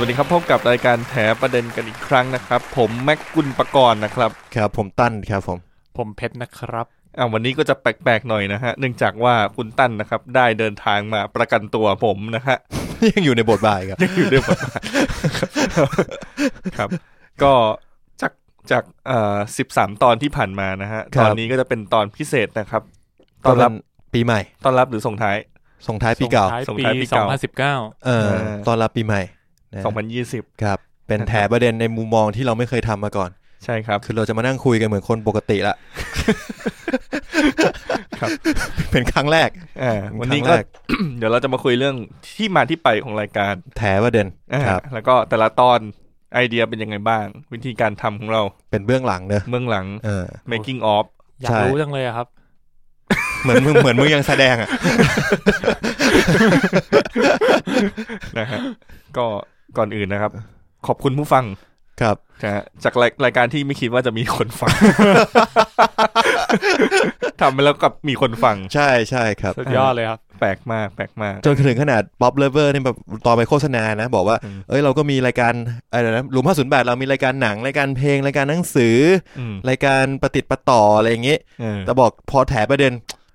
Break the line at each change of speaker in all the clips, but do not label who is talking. วัสดีครับพบกับรายการแถประเด็นกันอีกครั้งนะครับ ผมแม็กกุลประกรณ์นะครับ
ครับผมตั้นครับผม
ผมเพชรนะครับ
อ่าวันนี้ก็จะแปลกๆหน่อยนะฮะเนื่องจากว่าคุณตั้นนะครับได้เดินทางมาประกันตัวผมนะฮะ
ยังอยู่ในบทบาทครับ
ยังอยู่ด้วยผมครับ ก็จากจากเอ่อสิบสามตอนที่ผ่านมานะฮะ
ค
ต
รับ
อนนี้ก็จะเป็นตอนพิเศษนะครับตอนรับ
ปีใหม่
ตอนรับหรือส่งท้าย
ส่งท้ายปีเก่า
ส่
ส่
ง
ง
ท้า
ท้าย ย
ปี
ปี
เก่า
เออ
เออ
ตอนรับปีใหม่นะ
สองพันยี่สิบ
ครับ เป็น
นะครับ
แถประเด็นในมุมมองที่เราไม่เคยทำมาก่อน
ใช่ครับ
คือเราจะมานั่งคุยกันเหมือนคนปกติละ
ครับ
เป็นครั้งแรก
อ่าวันนี้ก็
เป็ครั้งแร
เดี๋ยวเราจะมาคุยเรื่องที่มาที่ไปของรายการ
แถประเด็น
อ่า
ครับ
แล้วก็แต่ละตอนไอเดียเป็นยังไงบ้าง วิธีการทำของเรา
เป็นเบื้องหลังเนอะ
เมืองหลัง
เออ
making of
อยาก
ใช่
รู้จังเลยอะครับ
เหมือน มึง เหมือนมึงยังแสดงอ่ะ
นะฮะก็ก่อนอื่นนะครับ ขอบคุณผู้ฟัง
ครับ
นะฮะจากรายรายการที่ไม่คิดว่าจะมีคนฟัง ทำไปแล้วกลับมีคนฟัง
ใช่ใช่ครับ
สุดยอดเลยครับ
แปลกมาก แปลกมาก
จนถึงขนาดป๊อปเลเวอร์นี่แบบตอนไปโฆษณานะ บอกว่า
อืม
เอ้ยเราก็มีรายการอะไรนะรวมห้าศูนย์แปดเรามีรายการหนังรายการเพลงรายการหนังสือ
อืม
รายการประติดประต่ออะไรอย่างงี้
เออ
แต่บอกพอแถประเด็น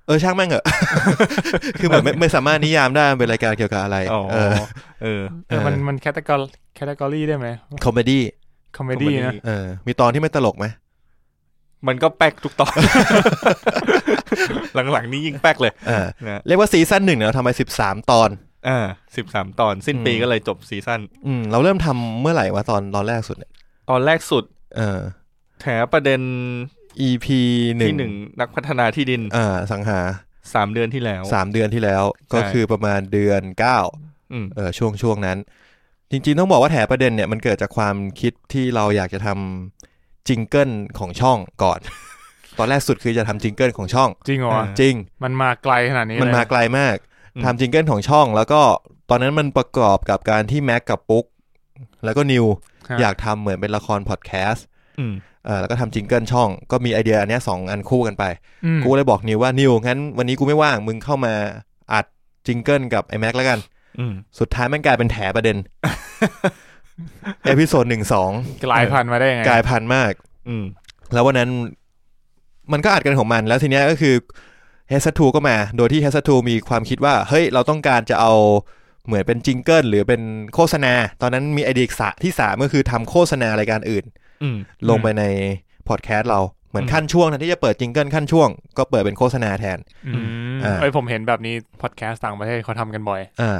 เออช่างแม่งเหอะ คือแบบไม่ไม่สามารถนิยามได้มันเป็นรายการเกี่ยวกับอะไร
อ๋อ
เออ
เออ
เออมัน
เออ
มันแคตตากรแคตตากรีได้ไหม
คอมเมดี้
คอมเมดี้
comedy
นะ
เออมีตอนที่ไม่ตลกไหม
มันก็แป๊กทุกตอน หลังๆ นี้ยิ่งแป๊กเลย
เออ
นะ
เรียกว่าซีซั่นหนึ่งเนี่ยเราทำไปสิบสามตอน
อ่าสิบสามตอน สิ้นปีก็เลยจบซีซั่น
อืมเราเริ่มทำเมื่อไหร่วะตอนตอนแรกสุดเนี่ย
ตอนแรกสุด
เออ
แถประเด็น
EP หนึ่ง
ที่หนึ่งนักพัฒนาที่ดิน
อ่าสังหา
สามเดือนที่แล้ว
สามเดือนที่แล้ว ก็
ใช่
คือประมาณเดือนเก้า
อืม
เออช่วงช่วงนั้น จริงๆ ต้องบอกว่าแถประเด็นเนี่ยมันเกิดจากความคิดที่เราอยากจะทำจิงเกิลของช่องก่อน ตอนแรกสุดคือจะทำจิงเกิลของช่อง
จริงเหรอวะ
จริง
มันมาไกลขนาดนี้
มัน
เลย
มาไกลมากทำจิงเกิลของช่อง แล้วก็ตอนนั้นมันประกอบกับการที่แม็กกับปุ๊ก แล้วก็นิว
ฮะ
อยากทำเหมือนเป็นละครพอดแคสต์
อืม
เออแล้วก็ทำจิงเกิลช่อง ก็มีไอเดียอันเนี้ยสองอันคู่กันไป
อืม
กูเลยบอกนิวว่านิวงั้นวันนี้กูไม่ว่างมึงเข้ามาอัดจิงเกิลกับไอ้แม็กแล้วกัน
อืม
สุดท้ายมันกลายเป็นแถประเด็น เอพิโซดหนึ่ง สอง
ไกลพันธุ์มาได้ยังไง
กลายพันธุ์มาก
อืม
แล้ววันนั้นมันก็อัดกันของมัน แล้วทีเนี้ยก็คือเฮสทูก็มา โดยที่เฮสทูมีความคิดว่า เฮ้ย เราต้องการจะเอาเหมือนเป็นจิงเกิลหรือเป็นโฆษณา ตอนนั้นมีไอเดียสะที่สามก็คือทำโฆษณารายการอื่น
อืม
ลงไปในพอดแคสต์เราเหมือน
อืม
ขั้นช่วงนะที่จะเปิดจิงเกิลขั้นช่วง ก็เปิดเป็นโฆษณาแทน
อืม
อ่า
เอ้ยผมเห็นแบบนี้พอดแคสต์ต่างประเทศเขาทำกันบ่อย
อ่า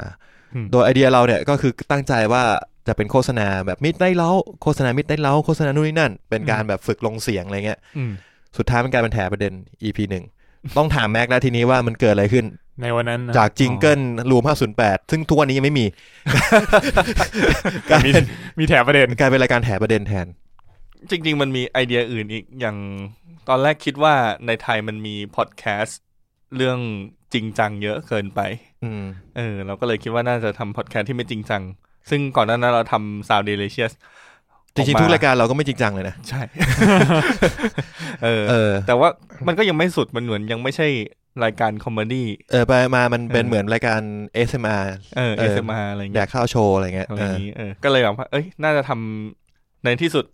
อืม
โดยไอเดียเราเนี่ยก็คือตั้งใจว่าจะเป็นโฆษณาแบบมิดได้เล้าโฆษณามิดได้เล้าโฆษณานู่นนี่นั่น เป็นการแบบฝึกลงเสียงอะไรเงี้ย
อืม
สุดท้ายมันกลายเป็นแถประเด็น EP หนึ่งต้องถามแม็กแล้วทีนี้ว่ามันเกิดอะไรขึ้น
ในวันนั้นนะ
จากจิงเกิลรูม508 ซึ่งทุกวันนี้ยังไม่มี กลาย
มี
เป็น
มีแถมประเด็น
กลายเป็นรายการแถประเด็นแทน
จริง ๆ มันมีไอเดียอื่นอีกอย่างตอนแรกคิดว่าในไทยมันมีพอดแคสต์เรื่องจริงจังเยอะเกินไป
อืม
เออเราก็เลยคิดว่าน่าจะทำพอดแคสต์ที่ไม่จริงจัง ซึ่งก่อนหน้านั้นเราทำ Sound Delicious
จริง
ออ
ๆ
ม
ทุกรายการเราก็ไม่จริงจังเลยนะ
ใช่ เออ
เออ
แต่ว่ามันก็ยังไม่สุดมันเหมือนยังไม่ใช่รายการคอมเมดี้
เออไปมามันเป็นเหมือนรายการ SMR
เออ
เออ
ASMR อะไรอย่าง
แด
เงี้ย
กข้าวโชว์อะไรเงี้ย
อะไร
เอ
อ
อย่าง
นี้เออก็เลยแบบว่าเอ้ย น่าจะทำในที่สุด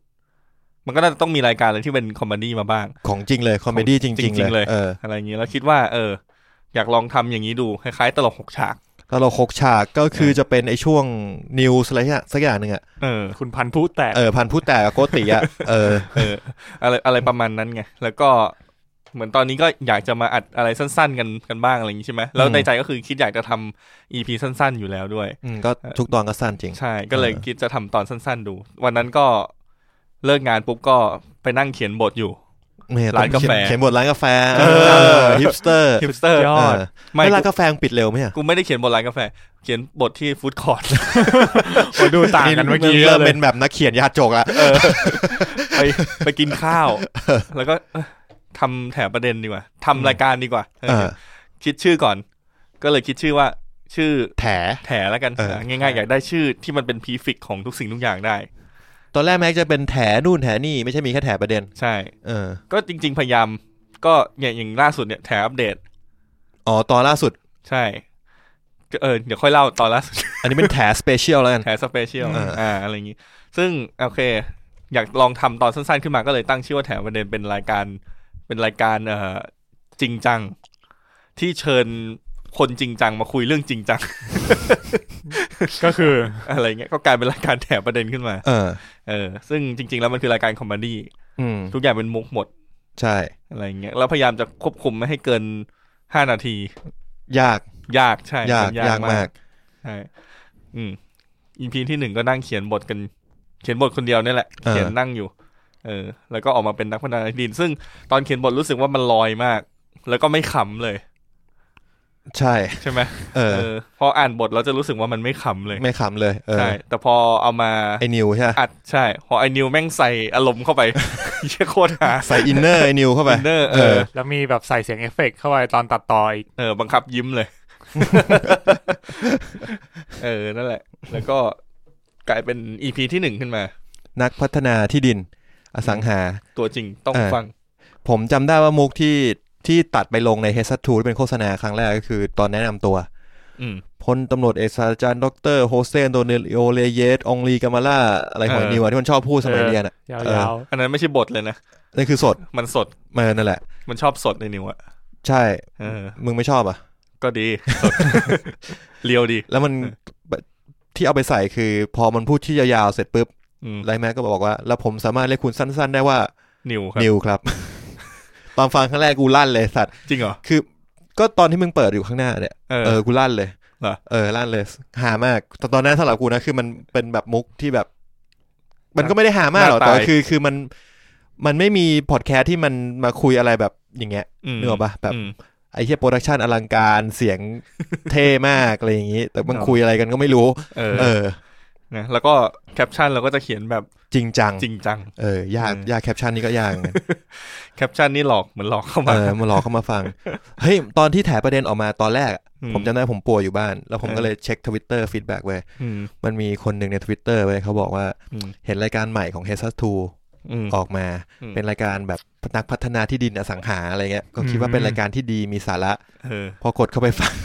มันก็น่าจะต้องมีรายการอะไรที่เป็นคอมเมดี้มาบ้าง
ของจริงเลยคอมเมดี้
จ
จ
ริ
ริ
งๆเล
งๆเลย ยเออ
อะไรอย่างนี้ แล้วคิดว่า เออ อยากลองทำอย่างนี้ดู คล้ายๆ ตลกหกฉาก
ตลกหกฉากก็คือจะเป็นไอ้ช่วงนิวส์อะไรเนี่ยสักอย่างหนึ่งอะ
เออ
คุณพันธุ์ผู้แตก
เออพันผู้แต่กับโกติอะเออ
เออ อะไรอะไรประมาณนั้นไง แล้วก็เหมือนตอนนี้ก็อยากจะมาอัดอะไรสั้น ๆ กันกันบ้างอะไรอย่างนี้ใช่ไหมแล้ว
อืม
ในใจก็คือคิดอยากจะทำ EP สั้น ๆ อยู่แล้วด้วย
อืมก็ทุกตอนก็สั้นจริง
ใช่ ก็เลย
เออ
คิดจะทำตอนสั้น ๆ ดู วันนั้นก็เลิกงานปุ๊บก็ไปนั่งเขียนบทอยู่
เนี่ย
ร้านกาแฟ
เขียนบทร้านกาแฟ
เอ
เอ
อ
อฮิปสเตอร์
ฮิปสเตอร์
ยอด
ไม่
ไม่ร้านกาแฟมันปิดเร็วไหมอะ
กูไม่ได้เขียนบทร้านกาแฟ เขียนบทที่ฟู้ดคอร์ท
โอ้ดูต่างกันเมื่อกี้เย
เริ่
อะ
ม
เล
เป็
ย
นแบบนักเขียนยาจกละ
เออไปไปกินข้าว แล้วก็เอ้ยทำแถมประเด็นดีกว่าทำรายการดีกว่า
เออ
คิดชื่อก่อน ก็เลยคิดชื่อว่า ชื่อ
แถ
แถแล้วกัน
เออ
ง่ายๆ อยากได้ชื่อที่มันเป็นพีฟิกของทุกสิ่งทุกอย่างได้
ตอนแรกแม็กจะเป็นแถนู่นแถนี่ไม่ใช่มีแค่แถประเด็น
ใช่
เออ
ก็จริง ๆ พยายาม ก็อย่างอย่างล่าสุดเนี่ยแถอัปเดต
อ๋อตอนล่าสุด
ใช่ เออเดี๋ยวค่อยเล่าตอนล่าสุด
อันนี้เป็นแถสเปเชียลแล้วกัน
แถสเปเชียล
เอออ่
อ่าอะไรอย่างนี้ ซึ่งโอเค อยากลองทำตอนสั้นๆขึ้นมาก็เลยตั้งชื่อว่าแถประเด็นเป็นรายการ เป็นรายการเอ่อจริงจัง ที่เชิญคนจริงจังมาคุยเรื่องจริงจัง
ก็คือ
อะไรเงี้ยก็กลายเป็นรายการแถประเด็นขึ้นมา
เออ
เออซึ่งจริง ๆ แล้วมันคือรายการคอมเมดี้
อืม
ทุกอย่างเป็นมุกหมด
ใช่
อะไรเงี้ยแล้วพยายามจะควบคุมไม่ให้เกินห้านาที
ยาก
ยากใช่
ยาก
มัน
ยากมาก
ใช่อืมอีพีที่หนึ่งก็นั่งเขียนบทกัน เขียนบทคนเดียวเนี่ยแหละ
เออ
เขียนนั่งอยู่ เออ แล้วก็ออกมาเป็นนักพนันดิน ซึ่งตอนเขียนบทรู้สึกว่ามันลอยมาก แล้วก็ไม่ขำเลย
ใช่
ใช่ไหม
เออ
พออ่านบทเราจะรู้สึกว่ามันไม่ขำเลย
ไม่ขำเลยเออ
ใช่แต่พอเอามา
ไอ้นิวใช่ปะ
อัดใช่ พอไอ้นิวแม่งใส่อารมณ์เข้าไป เหี้ยโคตรหา
ใส่อินเนอร์ไอ้นิวเข้าไป
อินเนอร์เอ
เอ
อ
อ
แล้วมีแบบใส่เสียงเอฟเฟกต์เข้าไปตอนตัดต่ออีก
เออ บังคับยิ้มเลย เออ นั่นแหละ แล้วก็กลายเป็นอีพีที่หนึ่งขึ้นมา
นักพัฒนาที่ดิน อสังหา
ตัวจริงต้อง
เออ
ฟัง
ผมจำได้ว่ามุกที่ที่ตัดไปลงในเฮสัตทูเป็นโฆษณาครั้งแรกก็คือตอนแนะนำตัว
อืม
พลตำรวจเอกศาสตราจารย์ดอกเตอรโฮเซนโดเนลิโอเลเยตองลีกามาล่าอะไรของ
เออ
นิวอะที่มันชอบพูดสมัยเรียนอ่ะ
ย
เอ
าว
อันนั้นไม่ใช่บทเลยนะ
นั่นคือสด
มันสด
มานั่นแหละ
มันชอบสดในนิวอะ
ใช่
เออ
มึงไม่ชอบอ่ะ
ก็ดี สด เรียวดี
แล้วมันที่เอาไปใส่คือพอมันพูดที่ยาวๆเสร็จปุ๊บ
อืม
ไลแม็กก็บอกว่า แล้วผมสามารถเรียกคุณสั้น ๆ ได้ว่า
นิวครับ
นิวครับ ตอนฟังครั้งแรกกูลั่นเลยสัตว์
จริงเหรอ
คือ ก็ตอนที่มึงเปิดอยู่ข้างหน้าเนี่ย
เออ
เออกูลั่นเลย
เหรอ
เออลั่นเลยหามากแต่ตอนนั้นสำหรับกูนะคือมันเป็นแบบมุกที่แบบ มันก็ไม่ได้หามากหรอก
หน้า
แต่
ตาย
คือคือมันมันไม่มีพอดแคสต์ที่มันมาคุยอะไรแบบอย่างเงี้ย
ม
นึกออกปะแบบ
อืม
ไอ้เหี้ยโปรดักชันอลังการเสียง เท่มากอะไรอย่างงี้ แต่มัน
เออ
คุยอะไรกันก็ไม่รู้
เอ
เอ
อ
อ
นะแล้วก็แคปชั่นเราก็จะเขียนแบบ
จริงจัง
จริงจัง
เออยาก
เออ
ยากแคปชั่นนี่ก็ยากเห มือนกัน
แคปชั่นนี่หลอกเหมือนหลอกเข้า
เอ
มา
อมาหลอกเข้ามาฟัง เฮ้ย ตอนที่แถประเด็นออกมาตอนแรกอะ
ม
ผมจำได้ผมป่วยอยู่บ้าน แล้วผมก็เลยเช็คทวิตเตอร์ฟีดแบ็กไว้ย
อืม
มันมีคนหนึ่งในทวิตเตอร์ไว้ยเขาบอกว่า
อืม
เห็นรายการใหม่ของ h e s ทู
อืม
ออกมา
อืม
เป็นรายการแบบนักพัฒนาที่ดินอสังหาอะไรเงี้ยก็คิดว่าเป็นรายการที่ดีมีสาระ
เออ
พอกดเข้าไปฟัง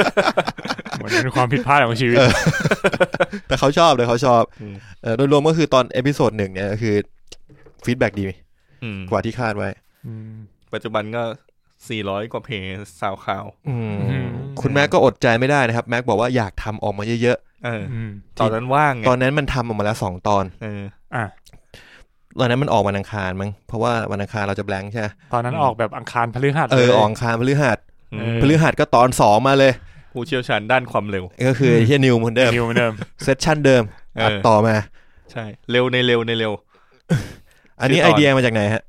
ๆเหมือนเป็นความผิดพลาดของชีวิต
เออ แต่เขาชอบเลยเขาชอบ
อืม
เออโดยรวมก็คือตอนเอพิโซดหนึ่งเนี่ยก็คือฟีดแบ็ดี
อืม
กว่าที่คาดไว้
ม
ปัจจุบันก็ 400 กว่าเพจสาวข่าว
อืม
อืม
คุณแม็กก็อดใจไม่ได้นะครับ แม็กบอกว่าอยากทำออกมาเยอะ
เออ
อืม
ตอนนั้นว่างไง
ๆ ตอนนั้นมันทำออกมาแล้วสองตอน
เออ
อ่ะ
ตอนนั้นมันออกวันอังคารมั้งเพราะว่าวันอังคารเราจะแบงค์ใช่ไหม
ตอนนั้นออกแบบอังคารพฤหัส
เออ
ลย
ออกอังคารพฤหัส
อืม
เออ
พฤหัสก็ตอนสองมาเลย
ผู้เชี่ยวชาญด้านความเร็ว
ก็คือเฮียนิวเหมือนเดิม
นิวเหมือนเดิม
เซสชั่นเดิม
เอ
อัด
อ
ต่อมา
ใช่ เร็วในเร็วในเร็ว
อันนี้
ชื่อต
ไอ
อน
เดียมาจากไหนฮะ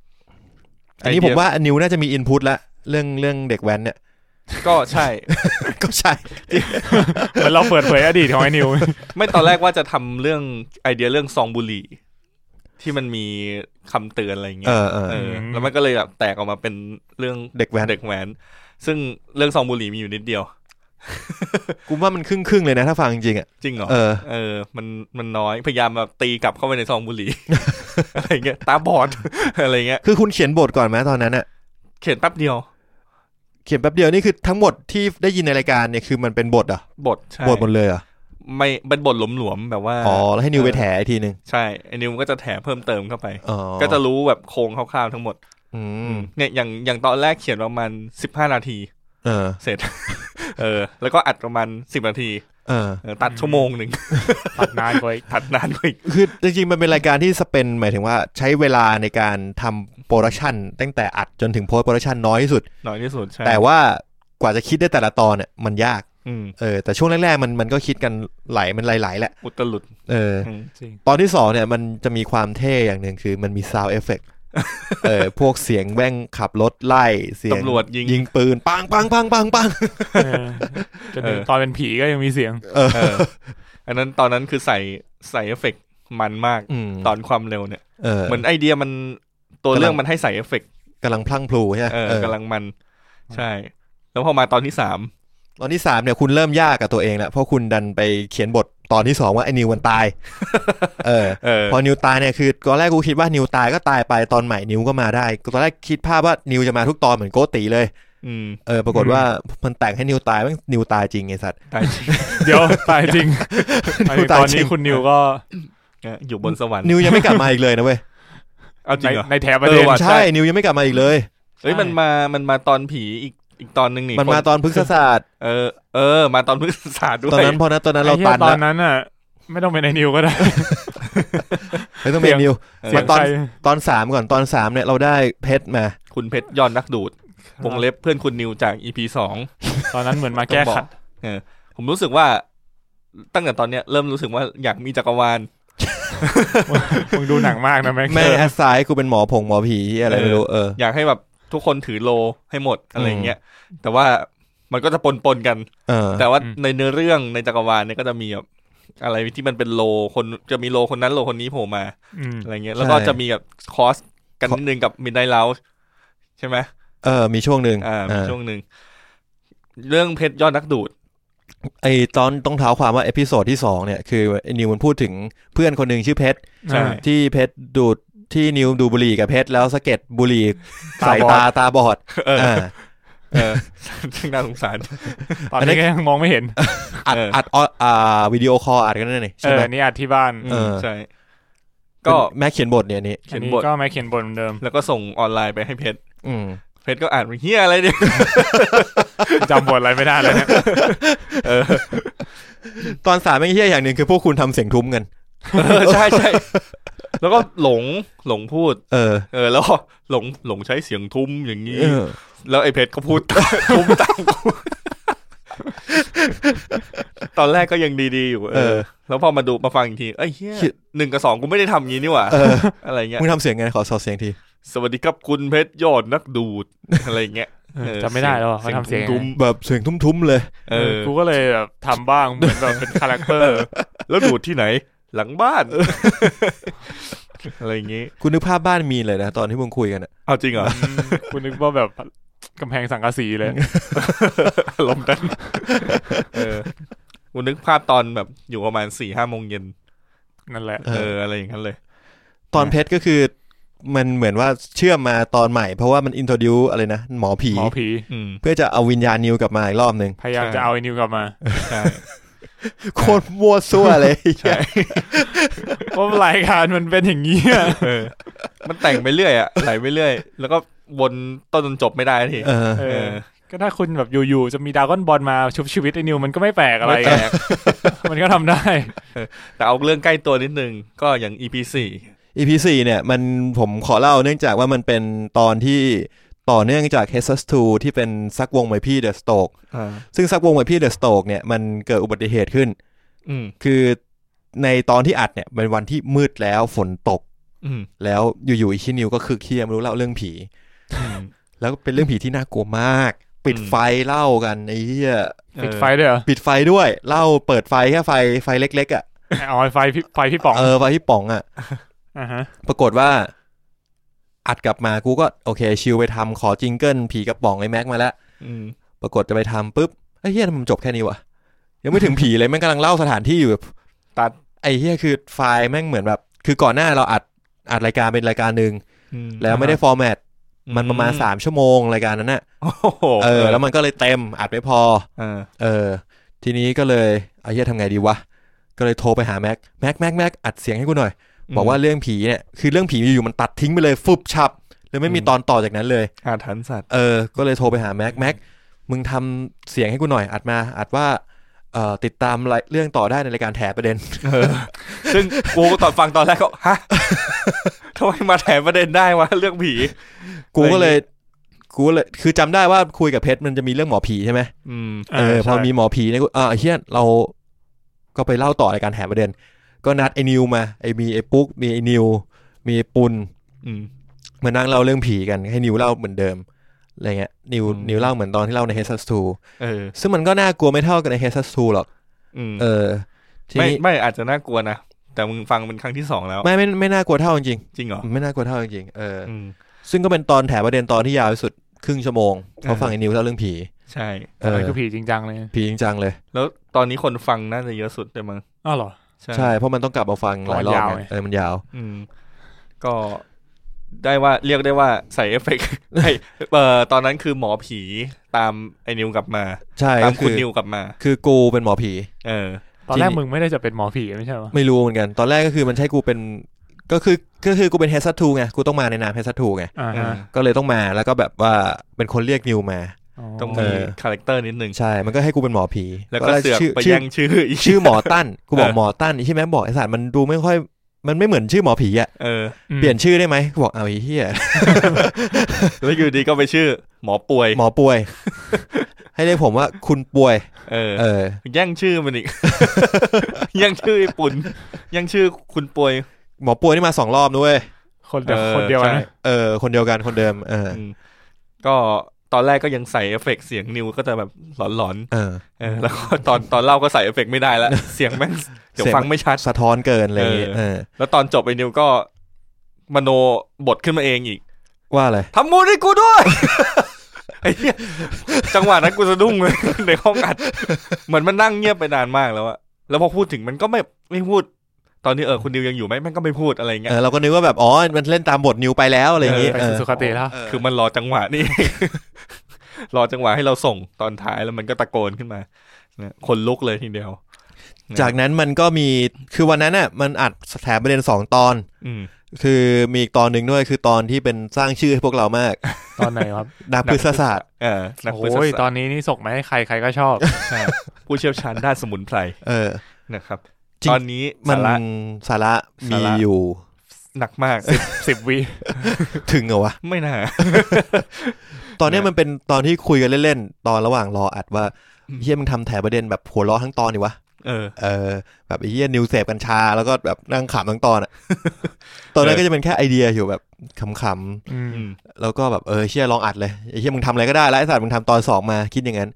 อันนี้
ไอเดีย
ผมว่านิวน่าจะมีอินพุตละเรื่องเรื่องเด็กแว้นเนี่ย
ก็ใช่
ก็ใช่
เหมือนเราเปิดเผยอดีตของไอ้นิว
ไม่ตอนแรกว่าจะทำเรื่องไอเดียเรื่องซองบุหรี่ ที่มันมีคำเตือนอะไรอย่าง
เอ
เงี้ย
อเออ
เออ
อืม
แล้วมันก็เลยแบบแตกออกมาเป็นเรื่อง
เด็กแว้น
เด็กแหวนซึ่งเรื่องซองบุหรี่มีอยู่นิดเดียว
กูว่ามันครึ่งครึ่งๆเลยนะถ้าฟังจริงๆอ่ะ
จริงเหรอ
เออ
เออ มันมันน้อยพยายามแบบตีกลับเข้าไปในซองบุหรี่ อะไรเงี้ยตาบอด อะไรเงี้ย
คือคุณเขียนบทก่อนไหมตอนนั้นอ่ะ
เขียนแป๊บเดียว
เขียนแป๊บเดียวนี่คือทั้งหมดที่ได้ยินในรายการเนี่ยคือมันเป็นบทเหรอ่ะ
บทใช่
บทหมดเลยเหรอ่ะ
ไม่เป็นบทหลวมๆแบบว่า
อ๋อแล้วให้นิวไปแถอีกทีหนึ่ง
ใช่ไอ้นิวมันก็จะแถมเพิ่มเติมเข้าไป
อ๋อ
ก็จะรู้แบบโครงคร่าวๆทั้งหมด
อืม
เนี่ยอย่างอย่างตอนแรกเขียนประมาณสิบห้านาที
เออ
เสร็จ เออ แล้วก็อัดประมาณสิบนาที
เออ
เออตัดชั่วโมงหนึ่ง
ตัดนานกว่าอีก
ตัดนานกว่าอีก
คือจริงๆ มันเป็นรายการที่สเปนหมายถึงว่าใช้เวลาในการทำโปรดักชันตั้งแต่อัดจนถึงโพสต์โปรดักชันน้อยที่สุด
น้อยที่สุดใช่
แต่ว่ากว่าจะคิดได้แต่ละตอนเนี่ยมันยาก
อืม
เออแต่ช่วงแรกๆมันมันก็คิดกันไหลมันไหลายๆแหละ
อุตลุด
เออ
อืม
จริง
ตอนที่สองเนี่ยมันจะมีความเท่อย่างหนึ่งคือมันมีซาวเอฟเฟกเอ อพวกเสียงแว่งขับรถไล่เสียง
ตำรวจยิง
ยิงปืนปังปังปังปังปัง
เออจนถึงตอนเป็นผีก็ยังมีเสียง
เออ
เออ อันนั้นตอนนั้นคือใส่ใส่เอฟเฟกต์มันมาก
อืม
ตอนความเร็วเนี่ย
เออ
เหมือนไอเดียมันตัว
กำลัง
เรื่องมันให้ใส่เอฟเฟกต์
กำลังพลั่งพลูใช่ไหม
เออ
เออก
ำลังมัน ใช่ แล้วพอมาตอนที่สาม
ตอนที่สามเนี่ยคุณเริ่มยากกับตัวเองแล้วเพราะคุณดันไปเขียนบทตอนที่สองว่าไอ้นิวมันตาย เออ
เออ
พอนิวตายเนี่ยคือตอนแรกกูคิดว่านิวตายก็ตายไปตอนใหม่นิวก็มาได้ตอนแรกคิดภาพว่านิวจะมาทุกตอนเหมือนโกติเลย
อืม
เออปรากฏว่ามันแต่งให้นิวตายแม่งนิวตายจริงไอสัตว์
ตายจริง
เดี๋ยวตายจริงหมายถึงตอน
ตายจริ
นี้
ง
คุณนิวก็
เนี่ยอยู่บนสวรรค์
นิวยังไม่กลับมาอีกเลยนะเว้ย
เอาจริงเหรอ
ในในแถบประเทศ
เออว่ะ ใช่
ใช่ นิวยังไม่กลับมาอีกเลย
เอ้ยมันมามันมาตอนผีอีกอีกตอนหนึ่งนี่
มันมาตอนพฤกษศาสตร์
เออเออ มาตอน พฤกษศาสตร์ด้วย
ตอนนั้นพอนะตอนนั้นเรา
ไอ้หี้ย
ตัน
ตอน
นะ
นั้นอ่ะ ไม่ต้องเป็นไอ้นิวก็ได้
ไม่ต้องเป็น
เสี่ยง
นิว
เอ
มา
อ
ตอน
ใคร
ตอนสามก่อนตอนสามเนี่ยเราได้เพชรมา
คุณเพชรยอนนักดูดวงเล็บเพื่อนคุณนิวจากอีพีสอง
ตอนนั้นเหมือนมาแก้ขัด
เออผมรู้สึกว่าตั้งแต่ตอนเนี้ยเริ่มรู้สึกว่าอยากมีจักรวาล
มึงดูหนังมากนะแม็ก
แม่งแอสไซน์กูเป็นหมอผงหมอผีอะไรไม่รู้เออ
อยากให้แบบทุกคนถือโลให้หมดอะไรอย่างเงี้ยแต่ว่ามันก็จะปนปนๆกัน
เออ
แต่ว่าในเนื้อเรื่องในจักรวาลเนี่ยก็จะมีแบบอะไรที่มันเป็นโลคนจะมีโลคนนั้นโลคนนี้โผล่มา
อืม
อะไรเงี้ยแล้วก็
ใช่
จะมีแบบคอสกันนิดนึงกับมินไดเลาใช่ไหม
เออมีช่วงหนึ่ง
อ่ามี
อ่า
ช่วงหนึ่งเรื่องเพชรยอดนักดูด
ไอตอนต้องเท้าความว่าเอพิโซดที่สองเนี่ยคือไอ้นิวมันพูดถึงเพื่อนคนหนึ่งชื่อเพชร
ใช่
อ่า
ที่เพชรดูดที่นิวดูบุหรี่กับเพชรแล้วสะเก็ดบุหรี่
ตาบอด
ใส่ตาตาบอด
เออ
อ่า
เออ ซึ่งน่าสงสาร
ตอนนี้ก็ยังมองไม่เห็น
อัด
เอออั
อัดอออ่าวิดีโอคอลอัดกันนั่นนี่
เอ
ใช่ไห
อ
ม
นี่อัดที่บ้าน
เออ
ใช่ก็
ก็แม่เขียนบทเนี่ยอันนี่
เขี
อั
ยน
นนี้
บท
ก็แม็กเขียนบทเหมือนเดิม
แล้วก็ส่งออนไลน์ไปให้เพชร
อืม
เพชรก็อ่านว่าเฮียอะไรเนี่ย
จำบทอะไรไม่ได้เลยเนี่ย
ตอนสามไม่งเฮี้ยอย่างหนึ่งคือพวกคุณทำเสียงทุ้มกัน
เออใช่ใช่แล้วก็หลงหลงพูด
เออ
เออ แล้วก็หลงหลงใช้เสียงทุ้มอย่างนี้
เออ
แล้วไอ้เพชรก็พูด ทุ้มตามกู ตอนแรกก็ยังดีๆอยู่เอ
เอ
อ
อ
แล้วพอมาดูมาฟังอีกทีเอ้ยเฮีย
คิด
หนึ่งกับสองกูไม่ได้ทำอย่างนี้นี่หว่า
เออ
อะไรเงี้ย
มึงทำเสียงไงขอสอดเสียงที
สวัสดีครับคุณเพชรยอดนักดูดอะไรเงี้ย
เออ
เออ
จำไม่ได้แล้วอะเขาทำเสียงยัง
ทุ้ม
ไง
แบบเสียงทุ้มๆเลย
ๆ
เอ
เอ
อ
อ
กูก็เลยแบบทำบ้างเหมือนแบบเป็นคาแรคเตอร์
แล้วดูดที่ไหน หลังบ้าน อะไรอย่างงี้
คุณนึกภาพบ้านมีนเลยนะ ตอนที่มึงคุยกันอะ
เอาจริงเหรอ
อืมคุณนึกว่าแบบกำแพงสังกะสีเลย
อารมณ์นั้นเออกูนึกภาพตอนแบบอยู่ประมาณสี่ห้าโมงเย็น
นั่นแหละ
เอ
เอ
อ
อ อะไรอย่างนั้นเลย
ตอนเพชรก็คือ มันเหมือนว่าเชื่อมมาตอนใหม่ เพราะว่ามันอินโทรดิวอะไรนะ หมอผี
หมอผี
อืม
เพื่อจะเอาวิญญาณนิวกลับมาอีกรอบหนึ่ง
พยายาม
ใช่
จะเอาไอ้นิวกลับมา
ใช่
โคตรมั่วซั่วเลย
ใช่
ว่ารายการมันเป็นอย่างนี้อะ
เออ มันแต่งไปเรื่อยอะไหลไปเรื่อย แล้วก็วนต้นจนจบไม่ได้ที
เออ
เอ
เอ
อ
อ
ก็ถ้าคุณแบบอยู่ๆจะมีดรากอนบอลมาชุบชีวิตไอ้นิวมันก็ไม่แปลกอะไร
ไม่แต
อะ
ก
มันก็ทำได้
แต่เอาเรื่องใกล้ตัวนิดนึง ก็อย่าง EP สี่
EP สี่เนี่ย มันผมขอเล่าเนื่องจากว่ามันเป็นตอนที่ต่อเนื่องจาก h e s u s 2ที่เป็นซักวงไมพี่เดอะสโตก
อ่า
ซึ่งซักวงไมพี่เดอะสโตกเนี่ยมันเกิดอุบัติเหตุขึ้น
อืม
คือในตอนที่อัดเนี่ยเป็นวันที่มืดแล้วฝนตก
อืม
แล้วอยู่ๆอีชินิวก็คือเครียดไม่รู้เล่าเรื่องผี
อืม
แล้วก็เป็นเรื่องผีที่น่ากลัวมาก ปิด
อืม
ไฟเล่ากันไอ้เหี้ย
ปิดไฟด้วยเหรอ
ปิดไฟด้วยเล่าเปิดไฟแค่ไฟไฟเล็กๆอ่ะ
เอาไฟพี่ไฟพี่ป๋อง
เออไฟที่ป่องอ่ะ
อ่าฮะ
ปรากฏว่า อัดกลับมากูก็โอเค ชิลไปทำขอจิงเกิลผีกระป๋องไอ้แม็กมาแล้ว
อืม
ปรากฏจะไปทำปุ๊บไอ้เหี้ยทำไมมันจบแค่นี้วะยังไม่ถึงผีเลยแม่งกำลังเล่าสถานที่อยู่แบบ
ตัด
ไอ้เหี้ยคือไฟล์แม่งเหมือนแบบ คือก่อนหน้าเราอัดอัดรายการเป็นรายการหนึ่ง
อื
แล้วไม่ได้ฟอร์แมตมันประมาณสามชั่วโมงรายการนั้นน่ะ
โอ้โห
เออแล้วมันก็เลยเต็มอัดไม่พอ
เออ
เออ ทีนี้ก็เลยไอ้เหี้ยทำไงดีวะ ก็เลยโทรไปหาแม็กแม็กแม็กแม็กอัดเสียงให้กูหน่อย บอกว่าเรื่องผีเนี่ยคือเรื่องผีอยู่ๆมันตัดทิ้งไปเลยฟุบฉับเลยไม่มี
อืม
ตอนต่อจากนั้นเลย
อาถรรพ์สัตว์
เออ ก็เลยโทรไปหาแม็กแม็กมึงทำเสียงให้กูหน่อยอัดมาอัดว่าเอ่อติดตามรายเรื่องต่อได้ในรายการแถประเด็ น
เออ ซึ่งกูตอนฟังตอนแรกก็ฮะทำไมมาแถมประเด็นได้วะเรื่องผี
กูก็เลยกูก็เลยคือจำได้ว่าคุยกับเพชรมันจะมีเรื่องหมอผีใช่ไหม
อืม
เออพอมีหมอผีเนี่ยกูอ่าไอ้เฮียเราก็ไปเล่าต่อรายการแถประเด็น ก็นัดไอ้นิวมาไอ้มีไอ้ปุ๊กมีไอ้นิวมีไอ้ปุน
อืม
มานั่งเล่าเรื่องผีกันให้นิวเล่าเหมือนเดิมอะไรเงี้ยนิว
อืม
นิวเล่าเหมือนตอนที่เล่าใน h e s u s
เออ
2ซึ่งมันก็น่ากลัวไม่เท่ากันใน h e s u s 2หรอก
อืม
เออที
ไม่
นี้
ไม่อาจจะน่ากลัวนะ แต่มึงฟังเป็นครั้งที่สองแล้ว
ไม่ไม่ไม่น่ากลัวเท่าจริง
จริงเหรอ
ๆไม่น่ากลัวเท่าจริงๆเอออ
อืม
ซึ่งก็เป็นตอนแถประเด็นตอนที่ยาวที่สุดครึ่งชั่วโมงเพราะ
เออ
ฟังไอ้นิวเล่าเรื่องผี
ใช่
เออ
มันคือผีจริงจังเลย
ผีจริงจังเลย
แล้วตอนนี้คนฟังน่าจะเยอะสุดเลยมั้ง
อ้าวเหรอ
ใช่
ใช่เพราะมันต้องกลับมาฟังหลายรอบ
เพราะมันยาว
ไง
ไง
เออมันยาว
อืม ก็ ได้ว่าเรียกได้ว่าใส่เอฟเฟกต์ ไอ้เอ่อตอนนั้นคือหมอผีตามไอ้นิวกลับมา
ใช่
ตา
ก็
ม
คื
คุณ
อ
นิวกลับมา
คือกูเป็นหมอผี
เออ
ตอนแรก
ทีนี้
มึงไม่ได้จะเป็นหมอผีไม่ใช่เหรอ
ไม่รู้เหมือนกัน ตอนแรกก็คือมันใช่กูเป็นก็คือก็คือกูเป็นเฮสัตทูไงกูต้องมาในนามเฮสัตทูไง
อ่า
เอ
ฮะ
อ
ก็เลยต้องมาแล้วก็แบบว่าเป็นคนเรียกนิวมา
ต้อง
เอ
มี
อ
คาแรคเตอร์นิดนึง
ใช่ มันก็ให้กูเป็นหมอผี
แล้วก็
ตนร
เสือก
ชื่
ไป
ชื่อ
แย่งชื่ออีก
ชื่อหมอตั้นกูบอก
เออ
หมอตั้นใช่ไหมบอกไอสารมันดูไม่ค่อย มันไม่เหมือนชื่อหมอผีอ่ะ
เออ
ม
เปลี่ยนชื่อได้ไหมกูบอกเอาไอ้เหี้ย
แล้วอยู่ดีก็ไปชื่อ หมอป่วย
หมอป่วย ให้เรียกผมว่าคุณป่วย
เออ
เออ
แย่งชื่อมัน อีก แย่งชื่อไอ้ปุ่นแย่งชื่อคุณป่วย
หมอป่วยนี่มาสองรอบด้วย
คนเดียว
เออ
คนเดียว
ใช่
นะ
เออ คนเดียวกันคนเดิมเออ
มก็ตอนแรกก็ยังใส่เอฟเฟกต์เสียงนิวก็จะแบบหลอน
เออ
ๆเออแล้วก็ตอนตอนเล่าก็ใส่เอฟเฟกต์ไม่ได้ละ เสียงแม่งเดี๋ยว
เสียง
ฟังไม่ชัด
สะท้อนเกินอะไรอย่างเลย
เออ
เออ
แล้วตอนจบไอ้นิวก็ มโนบทขึ้นมาเองอีก
ว่าอะไร
ทำมูลให้กูด้วย ไอ้เหี้ยจังหวะนั้นกูสะดุ้งเลย ในห้องอัด เหมือนมันนั่งเงียบไปนานมากแล้วอะแล้วพอพูดถึงมันก็ไม่ไม่พูด ตอนนี้เออคุณนิวยังอยู่ไหมแม่งก็ไม่พูดอะไรอย่างเงี้ย
เออเราก็นึกว่าแบบอ๋อมันเล่นตามบทนิวไปแล้วอะไรอย่างงี้
ไป
เอ
สู่
อ
สุคติแล้ว
เออ
คือมันรอจังหวะนี่ รอจังหวะให้เราส่งตอนท้ายแล้วมันก็ตะโกนขึ้นมานะคนลุกเลยทีเดียว
จากนั้นมันก็มีคือวันนั้นน่ะมันอัดแถมประเด็นสองตอน
อืม
คือมีอีกตอนหนึ่งด้วยคือตอนที่เป็นสร้างชื่อให้พวกเรา มาก
ตอนไหนครับ
ดาบ
นัก
พฤกษศาสตร์
เออนักพฤกษ
โอ้ยต
ศาสตร์
อนนี้นี่ส่งมาให้ใครใครก็ชอบ
ผู้เชี่ยวชาญด้านสมุนไพร
เออ
นะครับ
จริง
ตอนนี้
มั
สาน ระ
สาระมี
สาระ
อยู่
หนักมาก
สิบวิ
ถึงเหรอวะ
ไม่น่า
ตอนเนี้ย
เนี่ย
มันเป็นตอนที่คุยกันเล่นๆ ตอนระหว่างรออัดว่าเฮียมึงทำแถมประเด็นแบบหัวล้อทั้งตอนนี่วะ
เออ
เออแบบไอ้เฮียนิวเสพกัญชาแล้วก็แบบนั่งขำทั้งต อนอะ ตอนนั้นก็จะเป็นแค่ไอเดียอยู่แบบขำๆ
อืม
อืม
แล้วก็แบบเออเชี่ยลองอัดเลยไอ้เชี่ยมึงทำอะไรก็ได้แล้วไอ้สัตว์มึงทำตอนสองมาคิดอย่างนั้น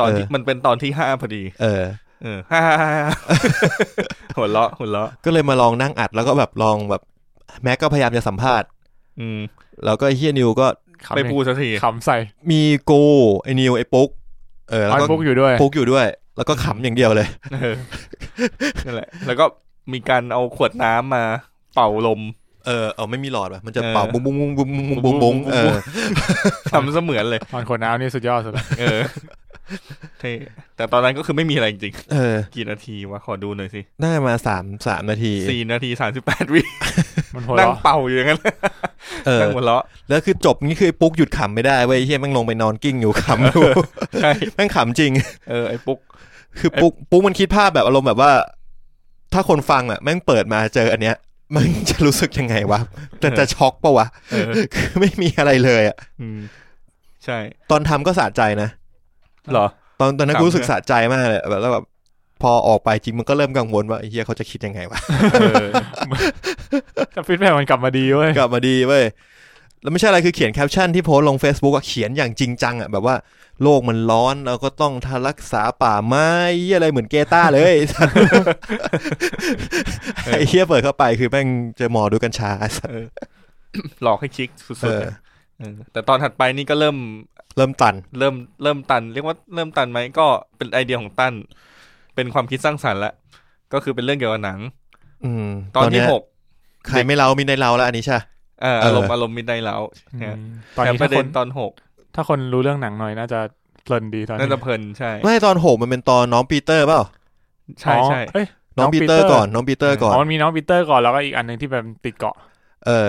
ตอนที่
เออ
มันเป็นตอนที่ห้าพอดี
เออ
เอ อห้าห้าห้าห้าหัวเราะหัวเราะ
ก็เลยมาลองนั่งอัดแล้วก็แบบลองแบบแม็กก็พยายามจะสัมภาษณ์
อืม
แล้วก็ไอ้เฮียนิวก็
ขำ
ไม่พูดสักที
ขำใส่
มีกูไอ้นิวไอ้ปุ๊กเออแล้ว
ไอ้
ก็
บุ๊กอยู่ด้วย
ปุ๊กอยู่ด้วย แล้วก็ขำอย่างเดียวเลย
เออนั่นแหละ แล้วก็มีการเอาขวดน้ำมาเป่าลม
เออเอาไม่มีหลอดว่ะมันจะ
เออ
เป่าบุ้งบุ้งบุ้งบุ้งบุ้งบุ้งบุ้งบุ้งเออ
ทำเสมือนเลย
ตอนคนน้ำนี่สุดยอดสุดละ
เออเท่แต่ตอนนั้นก็คือไม่มีอะไรจริง
เออ
ๆกี่นาทีวะ ขอดูหน่อยสิ
น่าจะมาสามสามนาที
สี่นาทีสามสิบแปดวิ
มันหัว
นั่ง
เราะ
เป่าอยู่อย่างนั้น
เออ
นั่งหัวเราะ
แล้วคือจบนี่คือไอ้ปุ๊กหยุดขำไม่ได้เว้ยไอ้เฮียแม่งลงไปนอนกิ้งอยู่ขำอยู่
ใช่
แม่งขำจริง
เออ ไอ้ปุ๊ก
คือปุ๊กปุ๊กมันคิดภาพแบบอารมณ์แบบว่า ถ้าคนฟังอ่ะแม่งเปิดมาเจออันเนี้ย มันจะรู้สึกยังไงวะจะจะช็อกปะวะ
เออ
คือไม่มีอะไรเลยอ่ะ
อืม ใช่
ตอนทำก็สะใจนะ
เหรอ
ตอนตอนนั้
ค
น
รับ
กูรู้สึกสะใจมากเลยแบบแล้วแบบพอออกไปจริงมันก็เริ่มกังวลว่าไอ้เฮียเขาจะคิดยังไงวะ
เออ
แต่ฟีดแบ็กมันกลับมาดีเว้ย
กลับมาดีเว้ยแล้วไม่ใช่อะไรคือเขียนแคปชั่นที่โพสต์ลง Facebook อะเขียนอย่างจริงจังอ่ะแบบว่าโลกมันร้อนเราก็ต้องทารักษาป่าไม้เหี้ยอะไรเหมือนเกต้าเลย ไอ้สัตว์ไอ้เฮียเปิดเข้าไปคือแม่งเจะหมอดูกัญชาไอ้สัตว์
เออ หลอกให้คลิกสุด
เอ
ๆ
อ
อะเออแต่ตอนถัดไปนี่ก็เริ่ม
เริ่มตัน
เริ่ม เริ่มตัน เรียกว่าเริ่มตันไหม ก็เป็นไอเดียของตั้น เป็นความคิดสร้างสรรค์ละ ก็คือเป็นเรื่องเกี่ยวกับหนัง
อืม
ตอนที่
เย
หก
ใครไม่เล่ามีในเราแล้วอันนี้ใช่
เอออารมณ์อารมณ์มิดไนแล้ว
อืมตอนนี้
ป
ถ้า
ระเด็
คน
นตอนหก
ถ้าคนรู้เรื่องหนังหน่อยน่าจะเพลินดีตอนนี้
น่าจะเพลินใช่
ไม่ตอนหกมันเป็นตอนน้องปีเตอร์เปล่า
ใช่
อ๋อ
ใช่
เอ้ย
น้อง
น้อง
ปีเตอร์
Peter
ก่อนน้องปีเตอร์ก่อน
อ๋อมีน้องปีเตอร์ก่อนแล้วก็อีกอันหนึ่งที่แบบติดเกาะ
เออ